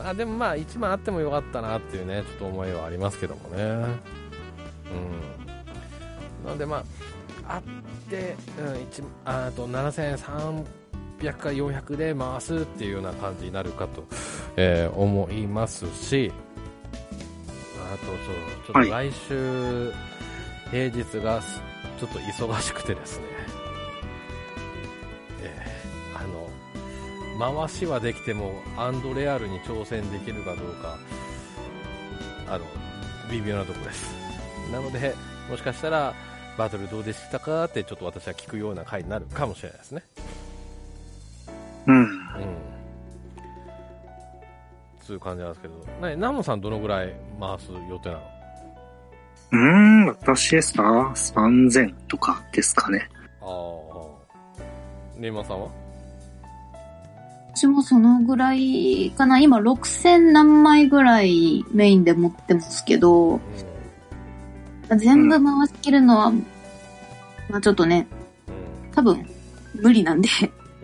うん、あでもまあ1万あってもよかったなっていうねちょっと思いはありますけどもねうんなのでまああって、うん、一ああと7300か400で回すっていうような感じになるかと、えー思いますしあとそうちょっと来週、平日がすちょっと忙しくてですねえーあの回しはできてもアンドレアルに挑戦できるかどうかあの微妙なとこですなのでもしかしたらバトルどうでしたかってちょっと私は聞くような回になるかもしれないですね
うん。
うんそういう感じなんですけどなナモさんどのぐらい回す予定なの
うーん、私ですか ?3000 とかですかね。
ああネイマーさんは
私もそのぐらいかな。今6000何枚ぐらいメインで持ってますけど、全部回しきるのは、まあちょっとね、
う
多分無理なんで、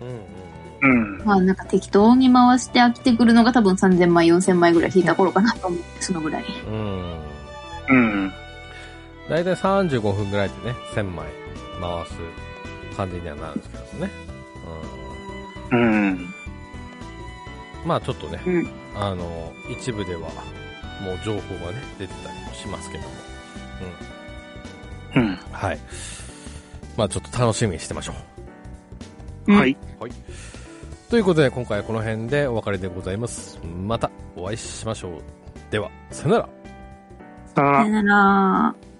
ん うんうん
う
うん
ん。
まあなんか適当に回して飽きてくるのが多分3000枚、4000枚ぐらい引いた頃かなと思って、そのぐらい。
うん
うん。
大体35分ぐらいでね1000枚回す感じにはなるんですけどね、
うん。
うん、まあちょっとね、
うん
あの一部ではもう情報がね出てたりもしますけども、
うん。
うん、はいまあちょっと楽しみにしてましょう
うん
はい。
ということで今回はこの辺でお別れでございますまたお会いしましょうではさよなら
さ
さ
あ
よ。なら。